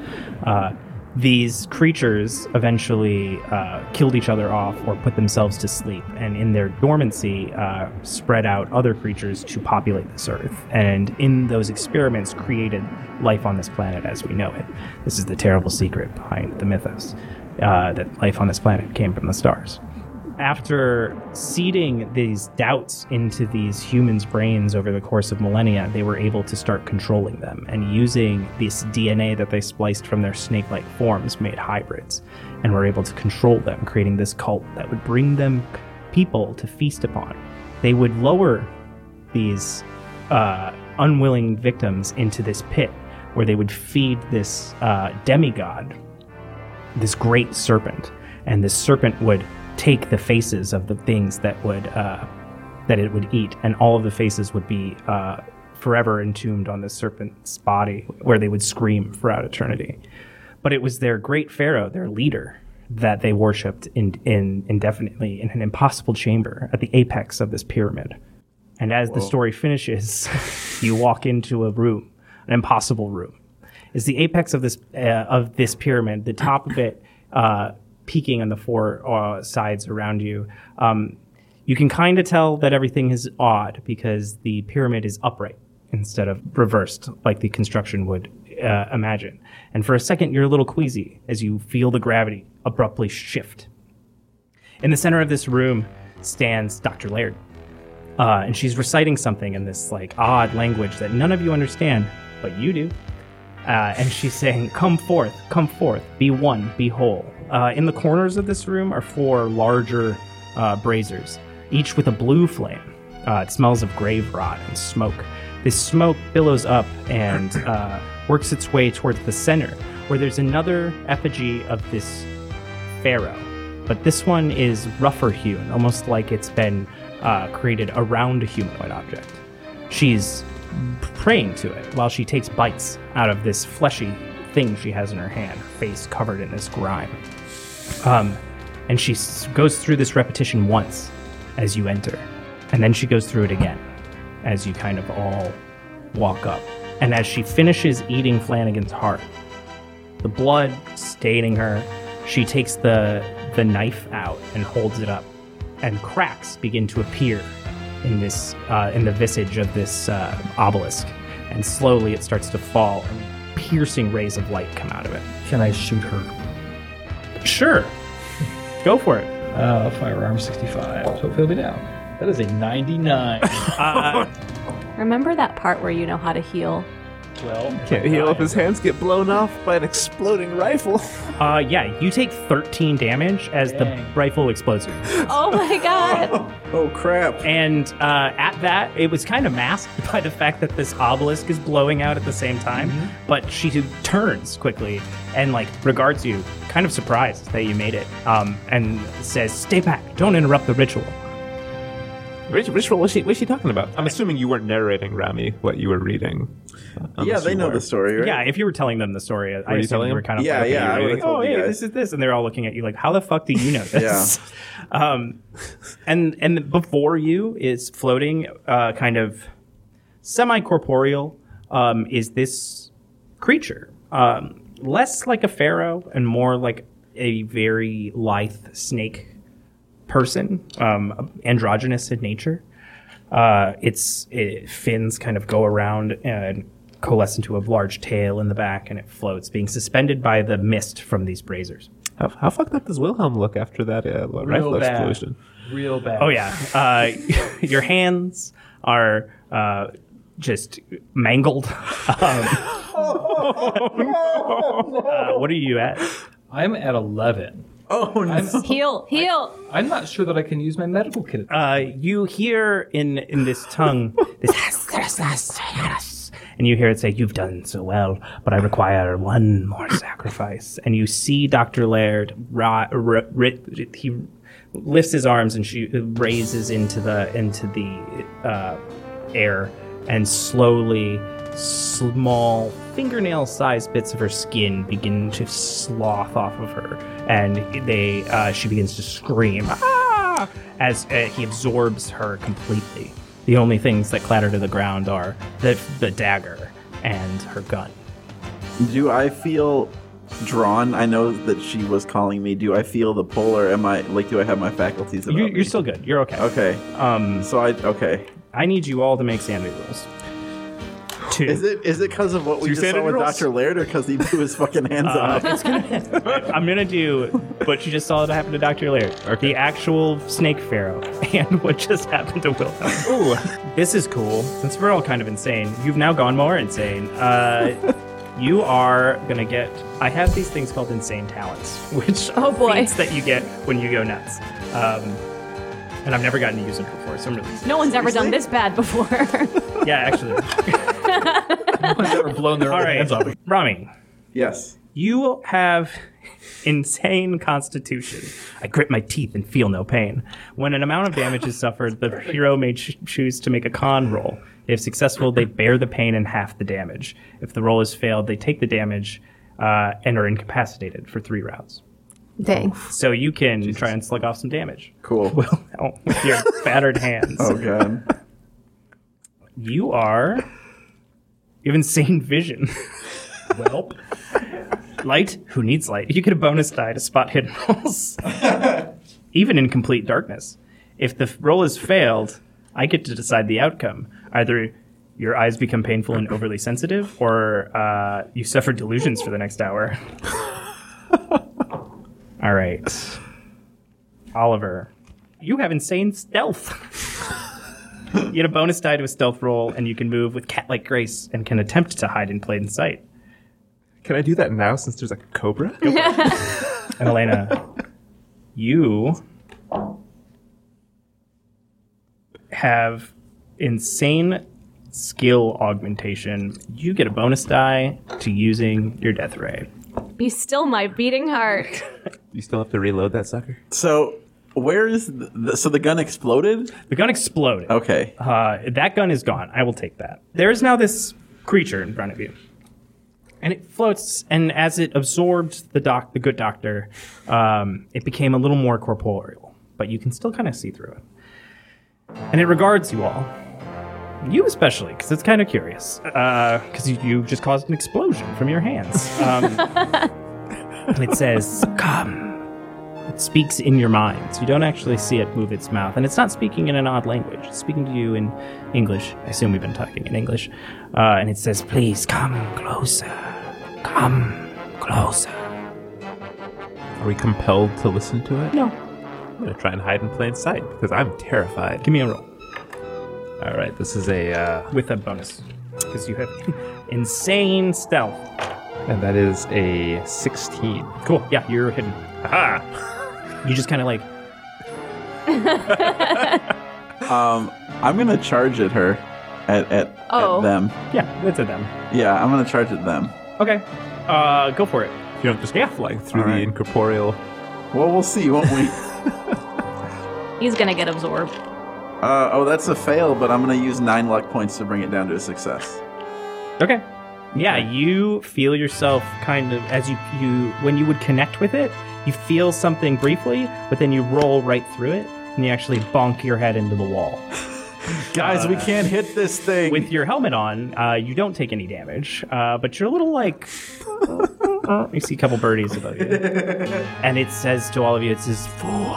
B: Uh, these creatures eventually uh, killed each other off or put themselves to sleep, and in their dormancy, uh, spread out other creatures to populate this earth. And in those experiments, created life on this planet as we know it. This is the terrible secret behind the mythos uh, that life on this planet came from the stars after seeding these doubts into these humans' brains over the course of millennia, they were able to start controlling them and using this DNA that they spliced from their snake like forms made hybrids and were able to control them, creating this cult that would bring them people to feast upon. They would lower these uh, unwilling victims into this pit where they would feed this uh, demigod this great serpent, and this serpent would take the faces of the things that would uh, that it would eat, and all of the faces would be uh, forever entombed on the serpent's body, where they would scream for out eternity. But it was their great pharaoh, their leader, that they worshipped in, in indefinitely in an impossible chamber at the apex of this pyramid. And as the story finishes, you walk into a room, an impossible room. It's the apex of this uh, of this pyramid, the top of it uh, peaking on the four uh, sides around you. Um, you can kind of tell that everything is odd because the pyramid is upright instead of reversed, like the construction would uh, imagine. And for a second, you're a little queasy as you feel the gravity abruptly shift. In the center of this room stands Dr. Laird uh, and she's reciting something in this like odd language that none of you understand, but you do. Uh, and she's saying, "Come forth, come forth, be one, be whole." Uh, in the corners of this room are four larger uh, braziers, each with a blue flame. Uh, it smells of grave rot and smoke, The smoke billows up and uh, works its way towards the center, where there's another effigy of this pharaoh. But this one is rougher hewn, almost like it's been uh, created around a humanoid object. She's praying to it while she takes bites out of this fleshy thing she has in her hand, her face covered in this grime. Um, and she s- goes through this repetition once as you enter, and then she goes through it again as you kind of all walk up. And as she finishes eating Flanagan's heart, the blood staining her, she takes the the knife out and holds it up, and cracks begin to appear in this uh, in the visage of this uh, obelisk, and slowly it starts to fall, and piercing rays of light come out of it.
C: Can I shoot her?
B: Sure, go for it.
C: Uh, firearm 65. So he'll be down. That is a 99.
B: Uh,
D: Remember that part where you know how to heal?
C: well,
E: Can't heal if his hands get blown off by an exploding rifle.
B: Uh, yeah, you take 13 damage as the
C: Dang.
B: rifle explodes you.
D: Oh my god!
A: Oh crap!
B: And uh, at that, it was kind of masked by the fact that this obelisk is blowing out at the same time. But she turns quickly and, like, regards you, kind of surprised that you made it, um, and says, Stay back, don't interrupt the ritual.
E: Which, which role was she, was she talking about? I'm assuming you weren't narrating, Rami, what you were reading.
A: yeah,
E: Unless
A: they
E: you
A: know
E: were.
A: the story, right?
B: Yeah, if you were telling them the story, I
E: you
B: assume
E: telling
B: you were
E: them?
B: kind of
A: Yeah,
B: like,
A: yeah, I
E: reading?
A: would've
B: oh
A: told you
B: hey,
A: guys.
B: this is this, and they're all looking at you like, how the fuck do you know this? um, and and before you is floating, uh, kind of semi corporeal, um, is this creature, um, less like a pharaoh and more like a very lithe snake person, um, androgynous in nature. Uh, its it, fins kind of go around and coalesce into a large tail in the back, and it floats, being suspended by the mist from these braziers.
E: How, how fucked up does Wilhelm look after that uh, rifle
C: Real bad.
E: explosion?
C: Real bad.
B: Oh yeah, uh, your hands are uh, just mangled. Um, uh, what are you at?
C: I'm at 11.
A: Oh
C: I'm,
A: no!
D: heal, heal!
C: I'm not sure that I can use my medical kit. at-
B: Uh, you hear in in this tongue this, and you hear it say, "You've done so well, but I require one more sacrifice." And you see Doctor Laird. Ra- ra- ri- he lifts his arms and she raises into the into the uh, air, and slowly, small fingernail-sized bits of her skin begin to sloth off of her, and they uh, she begins to scream. "Ah!" as uh, he absorbs her completely. The only things that clatter to the ground are the, the dagger and her gun.
A: Do I feel drawn? I know that she was calling me. Do I feel the pull, or am I like? Do I have my faculties? About
B: You,
A: me?
B: you're still good. You're okay.
A: okay.
B: Um,
A: So I okay.
B: I need you all to make sanity rolls. Two.
A: Is it is it because of what we
E: Two
A: just saw
E: sanity
A: with
E: rolls?
A: Doctor Laird, or because he blew his fucking hands
B: Uh,
A: off?
B: I'm gonna do what you just saw that happened to Dr. Laird. The actual snake pharaoh and what just happened to Wilhelm. Ooh. This is cool. Since we're all kind of insane, you've now gone more insane. Uh You are gonna get. I have these things called insane talents, which are
D: Oh, boy.
B: feats that you get when you go nuts. Um, and I've never gotten to use them before, so I'm really
D: No one's ever done this bad before.
B: yeah. Actually,
C: Ones that were blown their
B: all
C: own hands off.
B: right, Rami,
A: yes.
B: You have insane constitution. I grit my teeth and feel no pain. When an amount of damage is suffered, the hero may ch- choose to make a con roll. If successful, they bear the pain and half the damage. If the roll is failed, they take the damage uh, and are incapacitated for three rounds.
D: Dang.
B: So you can try and slug off some damage.
A: Cool.
B: Well, no, with your battered hands.
A: oh god.
B: You are. You have insane vision.
C: Welp.
B: Light? Who needs light? You get a bonus die to spot hidden rolls. Even in complete darkness. If the f- roll is failed, I get to decide the outcome. Either your eyes become painful and overly sensitive, or uh, you suffer delusions for the next hour. All right. Oliver, you have insane stealth. you get a bonus die to a stealth roll, and you can move with cat like grace and can attempt to hide in plain sight.
E: Can I do that now since there's like a cobra?
B: And Elena, you have insane skill augmentation, you get a bonus die to using your death ray.
D: Be still my beating heart.
E: You still have to reload that sucker?
A: So where is the, the, so the gun exploded?
B: The gun exploded.
A: Okay.
B: Uh, that gun is gone. I will take that. There is now this creature in front of you. And it floats, and as it absorbed the doc, the good doctor, um, it became a little more corporeal, but you can still kind of see through it. And it regards you all, you especially, because it's kind of curious, because you, you just caused an explosion from your hands. Um, and it says, "Come." It speaks in your minds. You don't actually see it move its mouth, and it's not speaking in an odd language. It's speaking to you in English. I assume we've been talking in English. Uh, and it says, "Please come closer. Come closer."
E: Are we compelled to listen to it?
B: No,
E: I'm going to try and hide in plain sight because I'm terrified.
B: give me a roll
E: All right, this is a. Uh,
B: with a bonus because you have insane stealth.
E: and that is a 16.
B: Cool. Yeah, you're hidden.
E: Aha!
B: You just kind of like
A: Um, I'm gonna charge at her, at at,
D: Oh.
A: at them.
B: Yeah, that's a them.
A: Yeah, I'm gonna charge at them.
B: Okay. Uh, go for it.
E: You don't just
B: Yeah.
E: fly through
A: All
E: the
A: right.
E: incorporeal.
A: Well, we'll see, won't we?
D: He's gonna get absorbed.
A: uh, oh, that's a fail, but I'm gonna use nine luck points to bring it down to a success.
B: Okay. Yeah, you feel yourself kind of as you you when you would connect with it, you feel something briefly, but then you roll right through it and you actually bonk your head into the wall. Uh,
A: Guys, we can't hit this thing.
B: With your helmet on, uh, you don't take any damage, uh, but you're a little like you see a couple birdies above you, and it says to all of you, "It says fool."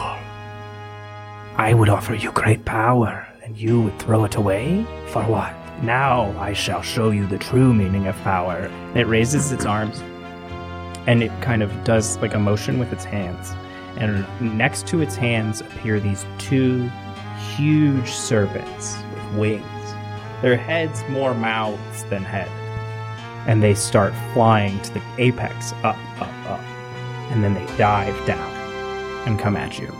B: I would offer you great power, and you would throw it away? For what? Now I shall show you the true meaning of power. It raises its arms, and it kind of does like a motion with its hands. And next to its hands appear these two huge serpents with wings. Their heads more mouths than head. And they start flying to the apex, up, up, up. And then they dive down and come at you.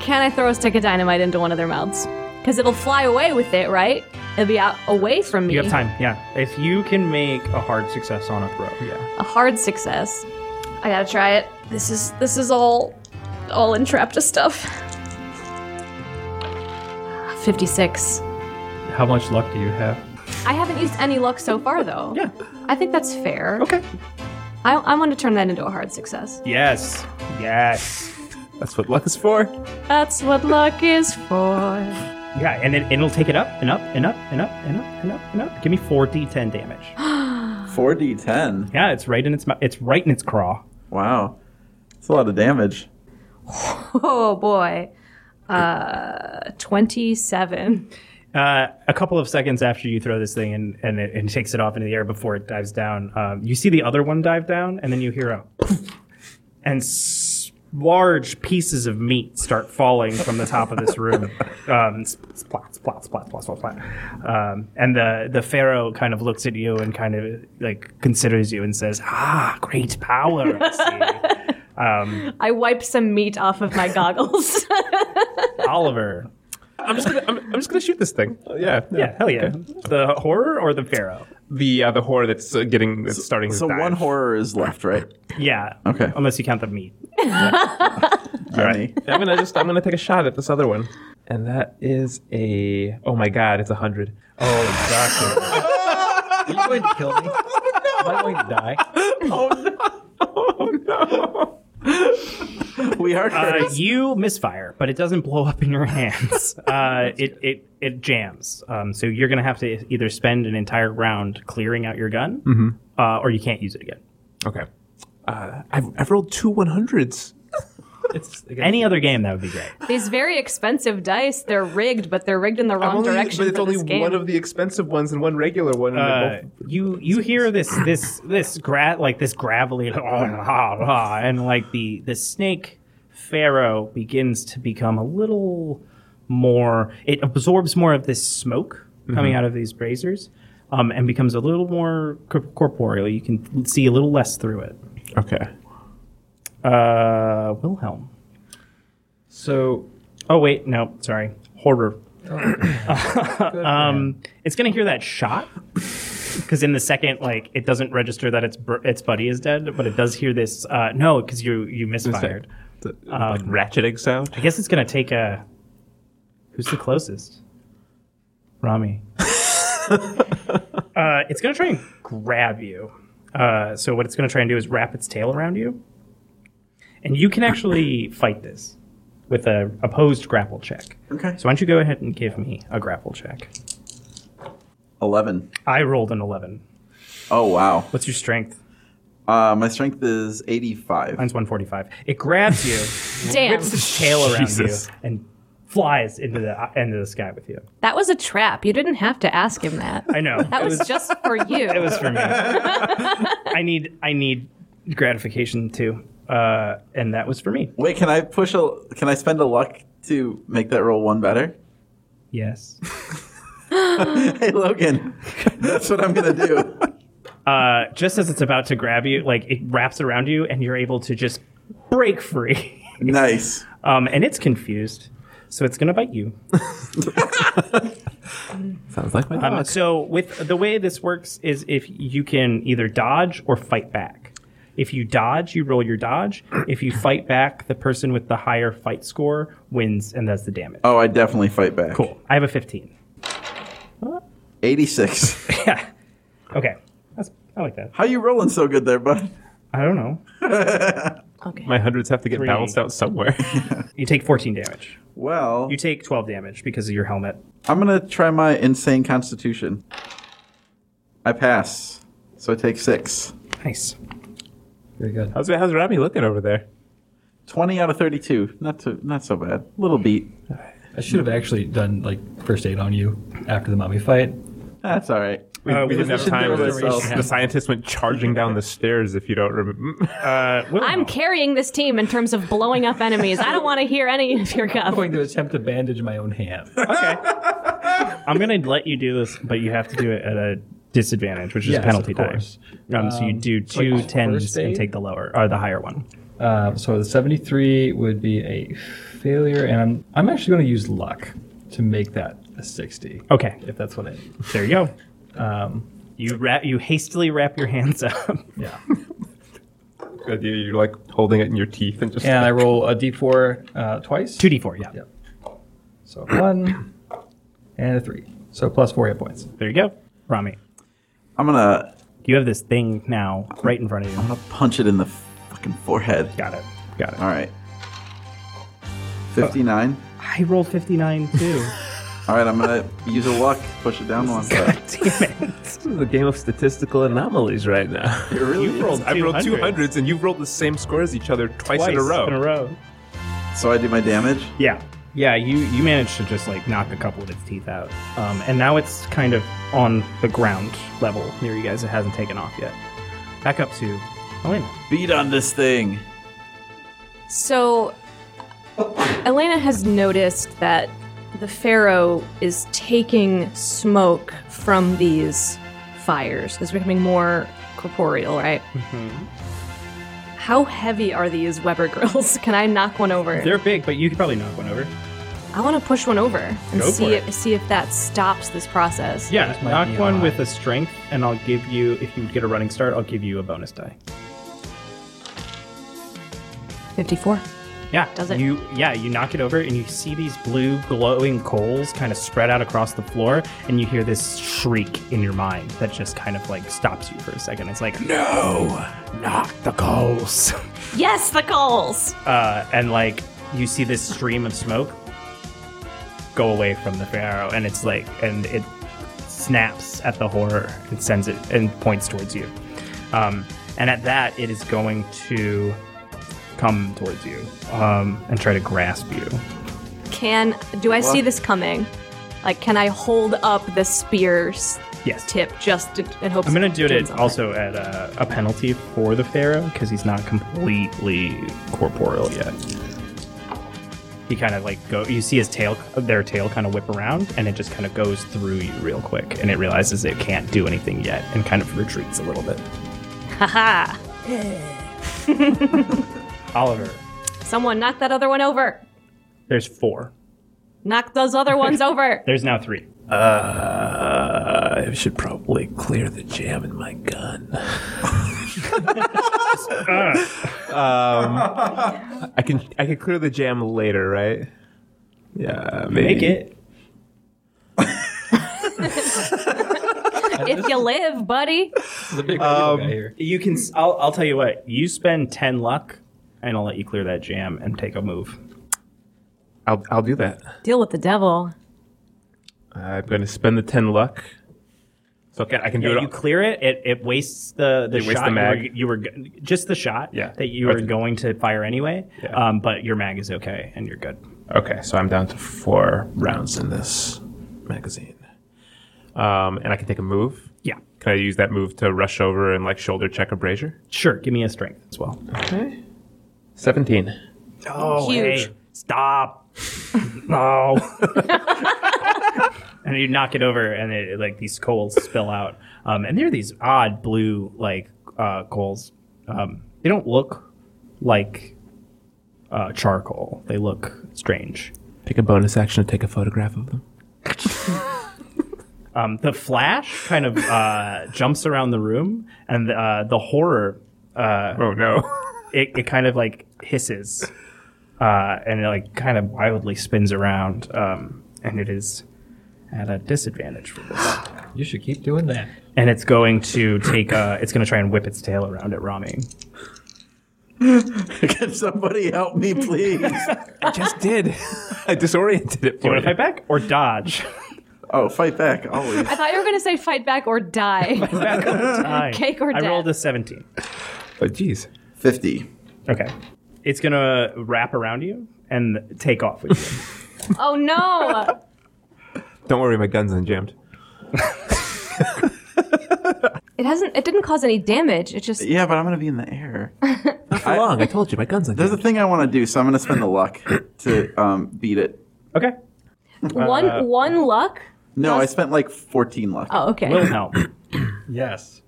D: Can I throw a stick of dynamite into one of their mouths? Because it'll fly away with it, right? It'll be out away from me.
B: You have time, yeah. If you can make a hard success on a throw, yeah.
D: A hard success. I gotta try it. This is this is all all entrapped stuff. Fifty-six.
C: How much luck do you have?
D: I haven't used any luck so far, though.
B: Yeah.
D: I think that's fair.
B: Okay.
D: I, I want to turn that into a hard success.
B: Yes. Yes.
E: That's what luck is for.
D: That's what luck is for.
B: Yeah, and then it'll take it up and up and up and up and up and up and up. Give me four d10 damage.
A: Four D ten.
B: yeah, it's right in its mouth. It's right in its craw.
A: Wow, that's a lot of damage.
D: Oh boy. Uh, 27.
B: Uh, a couple of seconds after you throw this thing and and it, and takes it off into the air before it dives down, um, you see the other one dive down, and then you hear a and s- large pieces of meat start falling from the top of this room. Um, splat, splat, splat, splat, splat, splat. Um, and the the pharaoh kind of looks at you and kind of like considers you and says, "Ah, great power." I see."
D: I wiped some meat off of my goggles.
B: Oliver,
E: I'm just gonna, I'm, I'm just gonna shoot this thing. Oh, yeah,
B: yeah, hell yeah, the horror or the pharaoh?
E: The uh, the horror that's uh, getting that's starting. to
A: So
E: dive.
A: one horror is left, right?
B: Yeah,
A: Okay.
B: unless you count the meat.
E: All
A: Yummy.
E: right. I'm gonna just I'm gonna take a shot at this other one, and that is a oh my god, it's a hundred.
B: Oh, doctor.
C: Are you going to kill me? Am I going to die?
A: We are
B: Uh,
A: cursed.
B: you misfire, but it doesn't blow up in your hands. Uh, it, it it jams. Um, so you're gonna have to either spend an entire round clearing out your gun, uh, or you can't use it again.
E: Okay. Uh, I've I've rolled two one hundreds.
C: It's again,
B: Any other game that would be great.
D: These very expensive dice, they're rigged, but they're rigged in the wrong direction.
E: but it's
D: for
E: only
D: this game.
E: one of the expensive ones and one regular one. And
B: Uh,
E: they're both
B: you you hear this this this gra- like this gravelly and like the the snake pharaoh begins to become a little more it absorbs more of this smoke coming out of these braziers um, and becomes a little more cor- corporeal you can see a little less through it
E: okay.
B: uh wilhelm
C: So
B: oh wait no sorry horror um, it's gonna hear that shot because in the second, like, it doesn't register that its br- its buddy is dead, but it does hear this. Uh, no, because you you misfired.
E: The, like ratcheting sound.
B: I guess it's gonna take a. Who's the closest? Rami. uh, it's gonna try and grab you. Uh, so what it's gonna try and do is wrap its tail around you, and you can actually fight this with a opposed grapple check.
A: Okay.
B: So why don't you go ahead and give me a grapple check?
A: 11.
B: I rolled an eleven.
A: Oh, wow.
B: What's your strength?
A: Uh, my strength is 85.
B: Mine's one forty five. It grabs you,
D: Damn,
B: whips its tail around
E: Jesus.
B: you, and flies into the into the sky with you.
D: that was a trap. You didn't have to ask him that.
B: I know.
D: That was just for you.
B: It was for me. I need I need gratification too, uh, and that was for me.
A: Wait, can I push a. Can I spend a luck to make that roll one better?
B: Yes.
A: hey, Logan. That's what I'm going to do.
B: Uh, just as it's about to grab you, like it wraps around you, and you're able to just break free.
A: Nice.
B: Um, and it's confused, so it's gonna bite you.
E: Sounds like my dog.
B: Um, So with the way this works is if you can either dodge or fight back. If you dodge, you roll your dodge. If you fight back, the person with the higher fight score wins and does the damage.
A: Oh, I definitely fight back.
B: Cool. I have a 15.
A: 86.
B: Yeah. Okay. That's I like that.
A: How you rolling so good there, bud?
B: I don't know.
D: okay.
E: my hundreds have to get
B: Three.
E: balanced out somewhere.
B: You take 14 damage.
A: Well,
B: You take 12 damage because of your helmet.
A: I'm going to try my insane constitution. I pass. So I take six.
B: Nice.
C: Very good.
E: how's how's Rami looking over there?
A: 20 out of 32. Not too, not so bad. Little beat.
C: I should have actually done like first aid on you after the mummy fight.
A: That's all right.
E: We,
B: Uh,
E: we didn't
B: we
E: have
B: should
E: time.
A: do
E: The,
A: it ourselves.
E: the scientist went charging down the stairs. If you don't remember,
B: Uh, Will-
D: I'm carrying this team in terms of blowing up enemies. I don't want to hear any of your guff.
C: I'm going to attempt to bandage my own hand.
B: okay. I'm going to let you do this, but you have to do it at a disadvantage, which is
C: Yes,
B: penalty
C: of
B: die.
C: course.
B: Um, so you
C: Um,
B: do
C: so like
B: two
C: first
B: tens and
C: aid?
B: take the lower or the higher one.
C: Uh, so the 73 would be a failure, and I'm, I'm actually going to use luck to make that a 60.
B: Okay.
C: If that's what it.
B: There you go.
C: Um,
B: You wrap, you hastily wrap your hands up.
C: yeah.
E: uh, you're like holding it in your teeth and just.
C: And I roll a d4 uh, twice.
B: 2d4, yeah.
C: Yep. So one and a three. So plus four hit points.
B: There you go. Rami,
A: I'm going to
B: you have this thing now right in front of you.
A: I'm gonna punch it in the fucking forehead.
B: Got it. Got it.
A: All right. 59.
B: I rolled 59 too.
A: All right, I'm going to use a luck, push it down one. side.
B: Damn it.
E: This is a game of statistical anomalies right now.
A: It really
B: You
A: is.
B: rolled
E: I rolled
B: 200s.
E: two hundreds, and you've rolled the same score as each other twice, in a row.
B: In a row.
A: So I do my damage.
B: Yeah. Yeah, you, you managed to just like knock a couple of its teeth out. Um, and now it's kind of on the ground level near you guys. It hasn't taken off yet. Back up to oh, Elena.
A: Beat on this thing.
D: So, Elena has noticed that the Pharaoh is taking smoke from these fires. It's becoming more corporeal, right?
B: Mm-hmm.
D: How heavy are these Weber grills? Can I knock one over?
B: They're big, but you could probably knock one over.
D: I want to push one over and
B: Go for
D: see
B: it.
D: if, see if that stops this process.
B: Yeah,
C: might
B: knock
C: be
B: one
C: high.
B: with a strength, and I'll give you, if you get a running start, I'll give you a bonus die.
D: 54.
B: Yeah.
D: Does it?
B: You yeah, you knock it over and you see these blue glowing coals kind of spread out across the floor and you hear this shriek in your mind that just kind of like stops you for a second. It's like no, not the coals.
D: Yes, the goals.
B: Uh, and like you see this stream of smoke go away from the pharaoh and it's like and it snaps at the horror and sends it and points towards you. Um, and at that it is going to come towards you um, and try to grasp you.
D: Can do I see this coming? Like, can I hold up the spear's
B: Yes.
D: tip just to, in hopes?
B: I'm gonna do
D: doing
B: it
D: something?
B: also at uh, a, a penalty for the pharaoh because he's not completely corporeal yet. He kind of like go. You see his tail, their tail, kind of whip around, and it just kind of goes through you real quick, and it realizes it can't do anything yet, and kind of retreats a little bit.
D: Haha!
B: Oliver,
D: Someone knocked that other one over.
B: there's four.
D: Knock those other ones over.
B: There's now three.
E: Uh, I should probably clear the jam in my gun. um, I can I can clear the jam later, right? Yeah, maybe.
B: Make it.
D: if you live, buddy.
C: The big um, guy here.
B: You can. s- I'll, I'll tell you what. You spend ten luck, and I'll let you clear that jam and take a move.
E: I'll I'll do that.
D: Deal with the devil.
E: I'm gonna spend the ten luck. So okay, I can do
B: Yeah,
E: it.
B: you
E: You
B: clear it, it it wastes the the
E: It wastes
B: shot
E: the mag.
B: You, were, you were g- just the shot
E: Yeah.
B: that you
E: Or
B: were
E: the-
B: going to fire anyway.
E: Yeah.
B: Um, but your mag is okay and you're good.
E: okay, so I'm down to four rounds in this magazine, um, and I can take a move.
B: Yeah,
E: Can I use that move to rush over and like shoulder check a brazier?
B: sure. Give me a strength as well.
E: Okay. Seventeen.
B: Oh,
D: Huge.
B: stop! no. and you knock it over, and it, like these coals spill out, um, and they're these odd blue like uh, coals. Um, they don't look like uh, charcoal. They look strange.
E: Pick a bonus action to take a photograph of them.
B: Um, the flash kind of uh, jumps around the room, and uh, the horror uh,
E: Oh no.
B: it, it kind of like hisses, uh, and it like kind of wildly spins around, um, and it is at a disadvantage for this,
C: You should keep doing that.
B: and it's going to take uh, it's going to try and whip its tail around at Rami.
A: Can somebody help me, please?
E: I just did. I disoriented it
B: Do you
E: for
B: want to fight back or dodge?
A: oh, fight back always.
D: I thought you were going to say fight back or die.
B: back or die.
D: Cake or
B: I
D: death.
B: rolled a seventeen.
E: Oh, jeez.
A: Fifty.
B: Okay, it's going to wrap around you and take off with you.
D: oh no.
E: Don't worry, my gun's unjammed.
D: It hasn't it didn't cause any damage. It just
A: Yeah, but I'm gonna be in the air.
E: Not for long. I told you, my gun's
A: There's a
E: unjammed.
A: thing I want to do, so I'm gonna spend the luck to um, beat it.
B: okay,
D: one one luck.
A: No, I spent like 14 luck.
D: Oh, okay.
B: Wilhelm,
C: Yes.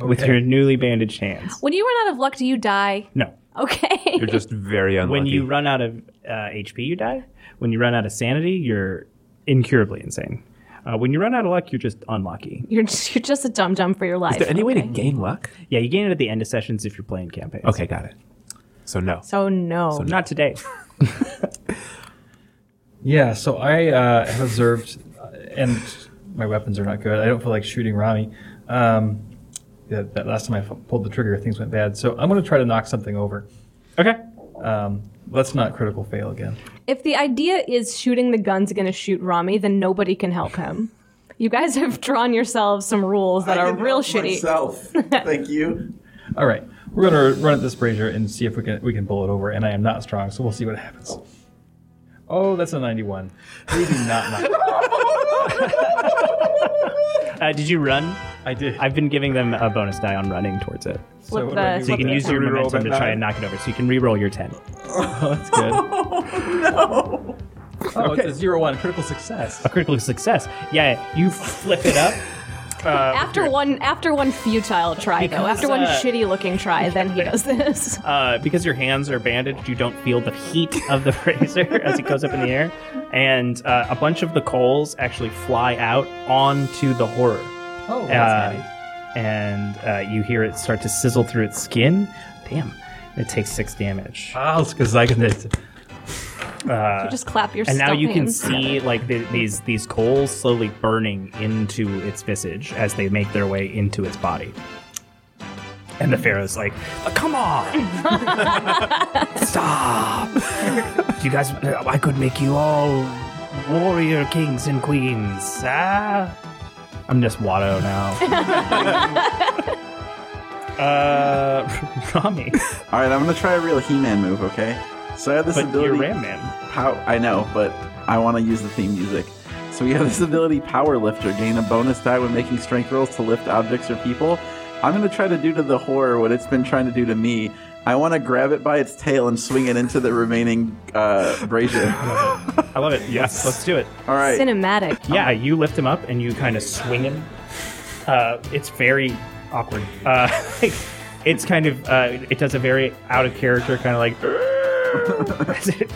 B: with your newly bandaged hands.
D: when you run out of luck, do you die?
B: No.
D: Okay.
E: You're just very unlucky.
B: When you run out of uh, HP, you die. When you run out of sanity, you're incurably insane. Uh, when you run out of luck, you're just unlucky.
D: You're just, you're just a dum dum for your life.
E: Is there any way to gain luck?
B: Yeah, you gain it at the end of sessions if you're playing campaigns.
E: Okay, got it. So no.
D: so no.
B: Not today.
C: Yeah, so I uh, have observed, uh, and my weapons are not good. I don't feel like shooting Rami. Um, that, that last time I f- pulled the trigger, things went bad. So I'm going to try to knock something over.
B: Okay.
C: Um, let's not critical fail again.
D: If the idea is shooting the gun's going to shoot Rami, then nobody can help him. You guys have drawn yourselves some rules that are real shitty.
A: Myself. Thank you.
C: All right, we're going to run at this brazier and see if we can we can pull it over. And I am not strong, so we'll see what happens. Oh, that's a 91. We do not knock.
B: Uh, did you run?
C: I did.
B: I've been giving them a bonus die on running towards it.
D: Flip
C: what do I
D: the,
C: do
B: So you
D: flip
B: can
D: the-
B: use your
E: Reroll
B: momentum
E: that
B: to try
E: die.
B: and knock it over. So you can re-roll your 10.
C: that's good. Oh, no. Oh, it's a zero one critical success.
B: A critical success. Yeah, you flip it up.
D: after one after one futile try though,
B: Because,
D: after one
B: uh,
D: shitty looking try, then he does this.
B: Uh, because your hands are bandaged, you don't feel the heat of the razor as it goes up in the air. And uh, a bunch of the coals actually fly out onto the horror.
C: Oh,
B: Uh,
C: that's handy.
B: and uh, you hear it start to sizzle through its skin. Damn, it takes six damage.
C: Alles Gesegnete.
D: You just clap your
B: Uh, and now
D: stuffed
B: you can
D: hands.
B: see like the, these these coals slowly burning into its visage as they make their way into its body. And the pharaoh's like, "Uh, "Come on, stop! you guys, uh, I could make you all warrior kings and queens." Ah, I'm just Watto now. uh, Rami,
A: All right, I'm gonna try a real He-Man move. Okay. So I have this
B: but
A: ability.
B: you're Ram Man.
A: Pow- I know, but I want to use the theme music. So we have this ability, Power Lifter. Gain a bonus die when making strength rolls to lift objects or people. I'm going to try to do to the horror what it's been trying to do to me. I want to grab it by its tail and swing it into the remaining uh, brazier.
B: I love it. Yes, let's do it.
A: All right.
D: Cinematic.
B: Yeah, you lift him up and you kind of swing him. Uh, it's very awkward. Uh, it's kind of uh, it does a very out of character kind of like as it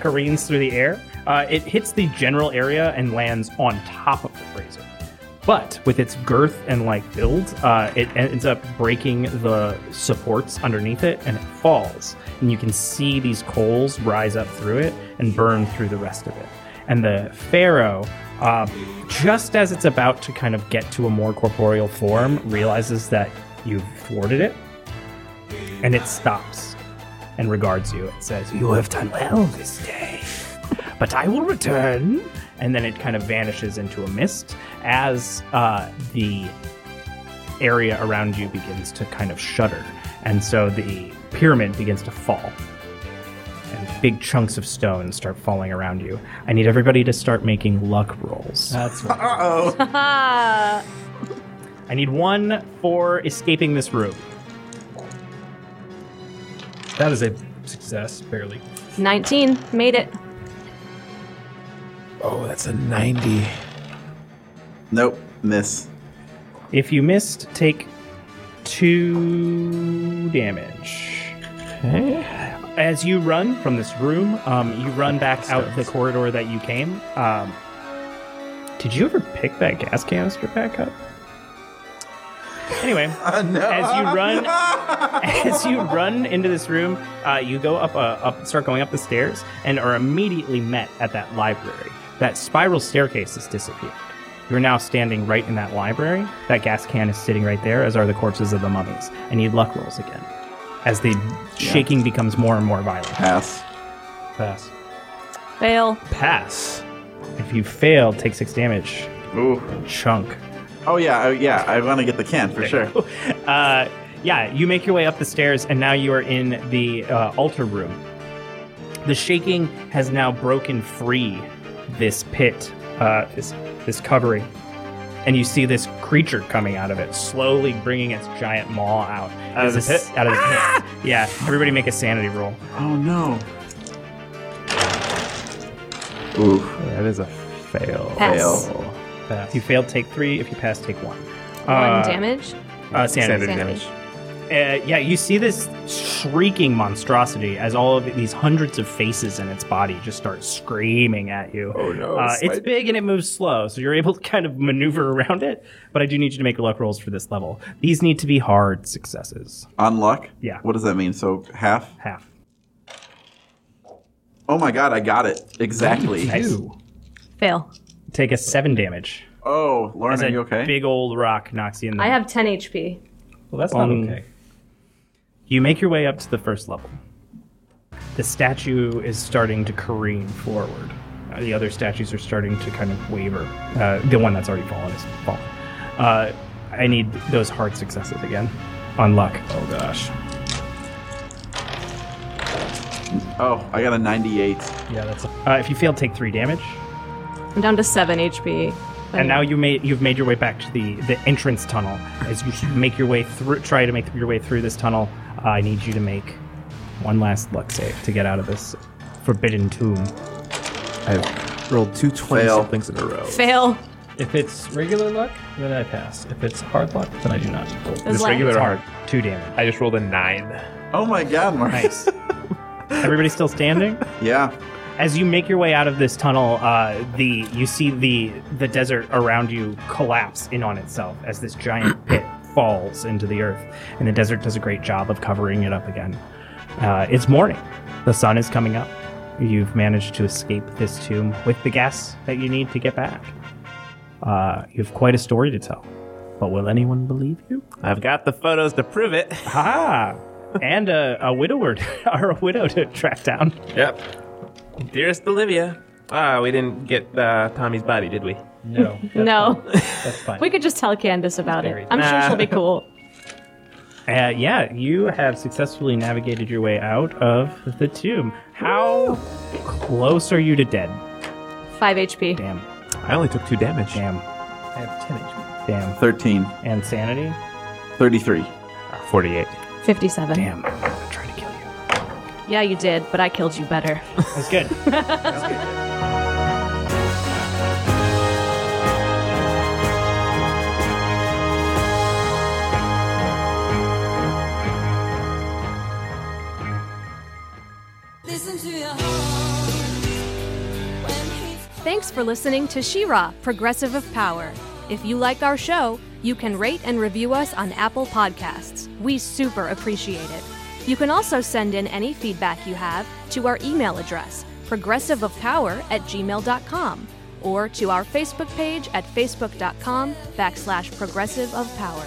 B: careens through the air. Uh, it hits the general area and lands on top of the Fraser. But with its girth and like build, uh, it ends up breaking the supports underneath it and it falls. And you can see these coals rise up through it and burn through the rest of it. And the Pharaoh, uh, just as it's about to kind of get to a more corporeal form, realizes that you've thwarted it and it stops and regards you. It says, You have done well this day, but I will return. And then it kind of vanishes into a mist as uh, the area around you begins to kind of shudder. And so the pyramid begins to fall. And big chunks of stone start falling around you. I need everybody to start making luck rolls.
C: That's right.
D: Ah,
B: I need one for escaping this room.
C: that is a success, barely.
D: 19. Made it.
E: Oh, that's a 90.
A: Nope. Miss.
B: If you missed, take two damage. As you run from this room, um, you run back out the corridor that you came. Um, did you ever pick that gas canister back up? Anyway, as you run, as you run into this room, uh, you go up, uh, up, start going up the stairs, and are immediately met at that library. That spiral staircase has disappeared. You're now standing right in that library. That gas can is sitting right there, as are the corpses of the mummies. I need luck rolls again, as the shaking becomes more and more violent.
A: Pass.
C: Pass.
D: Fail.
B: Pass. If you fail, take six damage.
A: Ooh.
B: Chunk.
A: Oh yeah, oh, yeah. I want to get the can for sure.
B: Uh, yeah, you make your way up the stairs, and now you are in the uh, altar room. The shaking has now broken free this pit, uh, this this covering, and you see this creature coming out of it, slowly bringing its giant maw out
E: Out of
B: As
E: the Ah!
B: this- Out of the pit. Yeah, everybody make a sanity roll.
A: Oh no. Ooh.
E: That is a fail.
D: Pass.
C: Pass.
B: If you fail, take three. If you pass, take one.
D: One
B: Uh,
D: damage.
B: Uh, sanity.
E: Standard
D: Sanity.
E: damage.
B: uh, yeah, you see this shrieking monstrosity as all of these hundreds of faces in its body just start screaming at you. Oh no! Uh, it's big and it moves slow, so you're able to kind of maneuver around it. But I do need you to make luck rolls for this level. These need to be hard successes.
A: On luck.
B: Yeah.
A: What does that mean? So half.
B: Half.
A: Oh my god, I got it exactly.
B: Nice.
D: Fail.
B: Take a seven damage.
A: Oh, Lauren,
B: As
A: are
B: a
A: you okay?
B: Big old rock knocks you in the.
D: I have 10 HP.
C: Well, that's not
B: Um,
C: okay.
B: You make your way up to the first level. The statue is starting to careen forward. Uh, the other statues are starting to kind of waver. Uh, the one that's already fallen is fallen. Uh, I need those hard successes again on luck. Oh gosh.
A: oh, I got a 98.
C: Yeah, that's a,
B: Uh, if you fail, take three damage.
D: I'm down to 7 HP.
B: And now you made you've made your way back to the the entrance tunnel. As you should make your way through, try to make your way through this tunnel. Uh, I need you to make one last luck save to get out of this forbidden tomb.
E: I've rolled two 20
A: Fail.
E: somethings in a row.
D: Fail.
C: if it's regular luck, then I pass. If it's hard luck, then I do not.
D: Those
E: Just regular
D: lines.
E: hard.
B: Two damage.
E: I just rolled a nine.
A: Oh my god, Lauren.
B: Nice. Everybody still standing?
A: Yeah.
B: As you make your way out of this tunnel, uh, the you see the the desert around you collapse in on itself as this giant pit falls into the earth, and the desert does a great job of covering it up again. Uh, it's morning. The sun is coming up. You've managed to escape this tomb with the gas that you need to get back. Uh, you have quite a story to tell, but will anyone believe you?
E: I've got the photos to prove it.
B: Ah, and a, a widower or a widow to track down.
E: Yep. Dearest Olivia. Ah, we didn't get uh, Tommy's body, did we?
C: No. that's
D: No.
C: fine. That's fine.
D: We could just tell Candace about it. I'm sure
E: Nah.
D: she'll be cool.
B: Uh, yeah, you have successfully navigated your way out of the tomb. How close are you to dead?
D: 5 HP.
B: Damn,
E: I only took two damage.
B: damn,
C: I have 10 HP.
B: damn.
A: 13.
B: And sanity?
A: 33.
E: 48.
D: 57.
B: Damn, I'm trying to kill you.
D: Yeah, you did, but I killed you better.
B: That's good.
F: Listen to your heart.
D: Thanks for listening to Shira, Progressive of Power. If you like our show, you can rate and review us on Apple Podcasts. We super appreciate it. You can also send in any feedback you have to our email address, progressiveofpower at gmail.com, or to our Facebook page at facebook.com backslash progressive of power.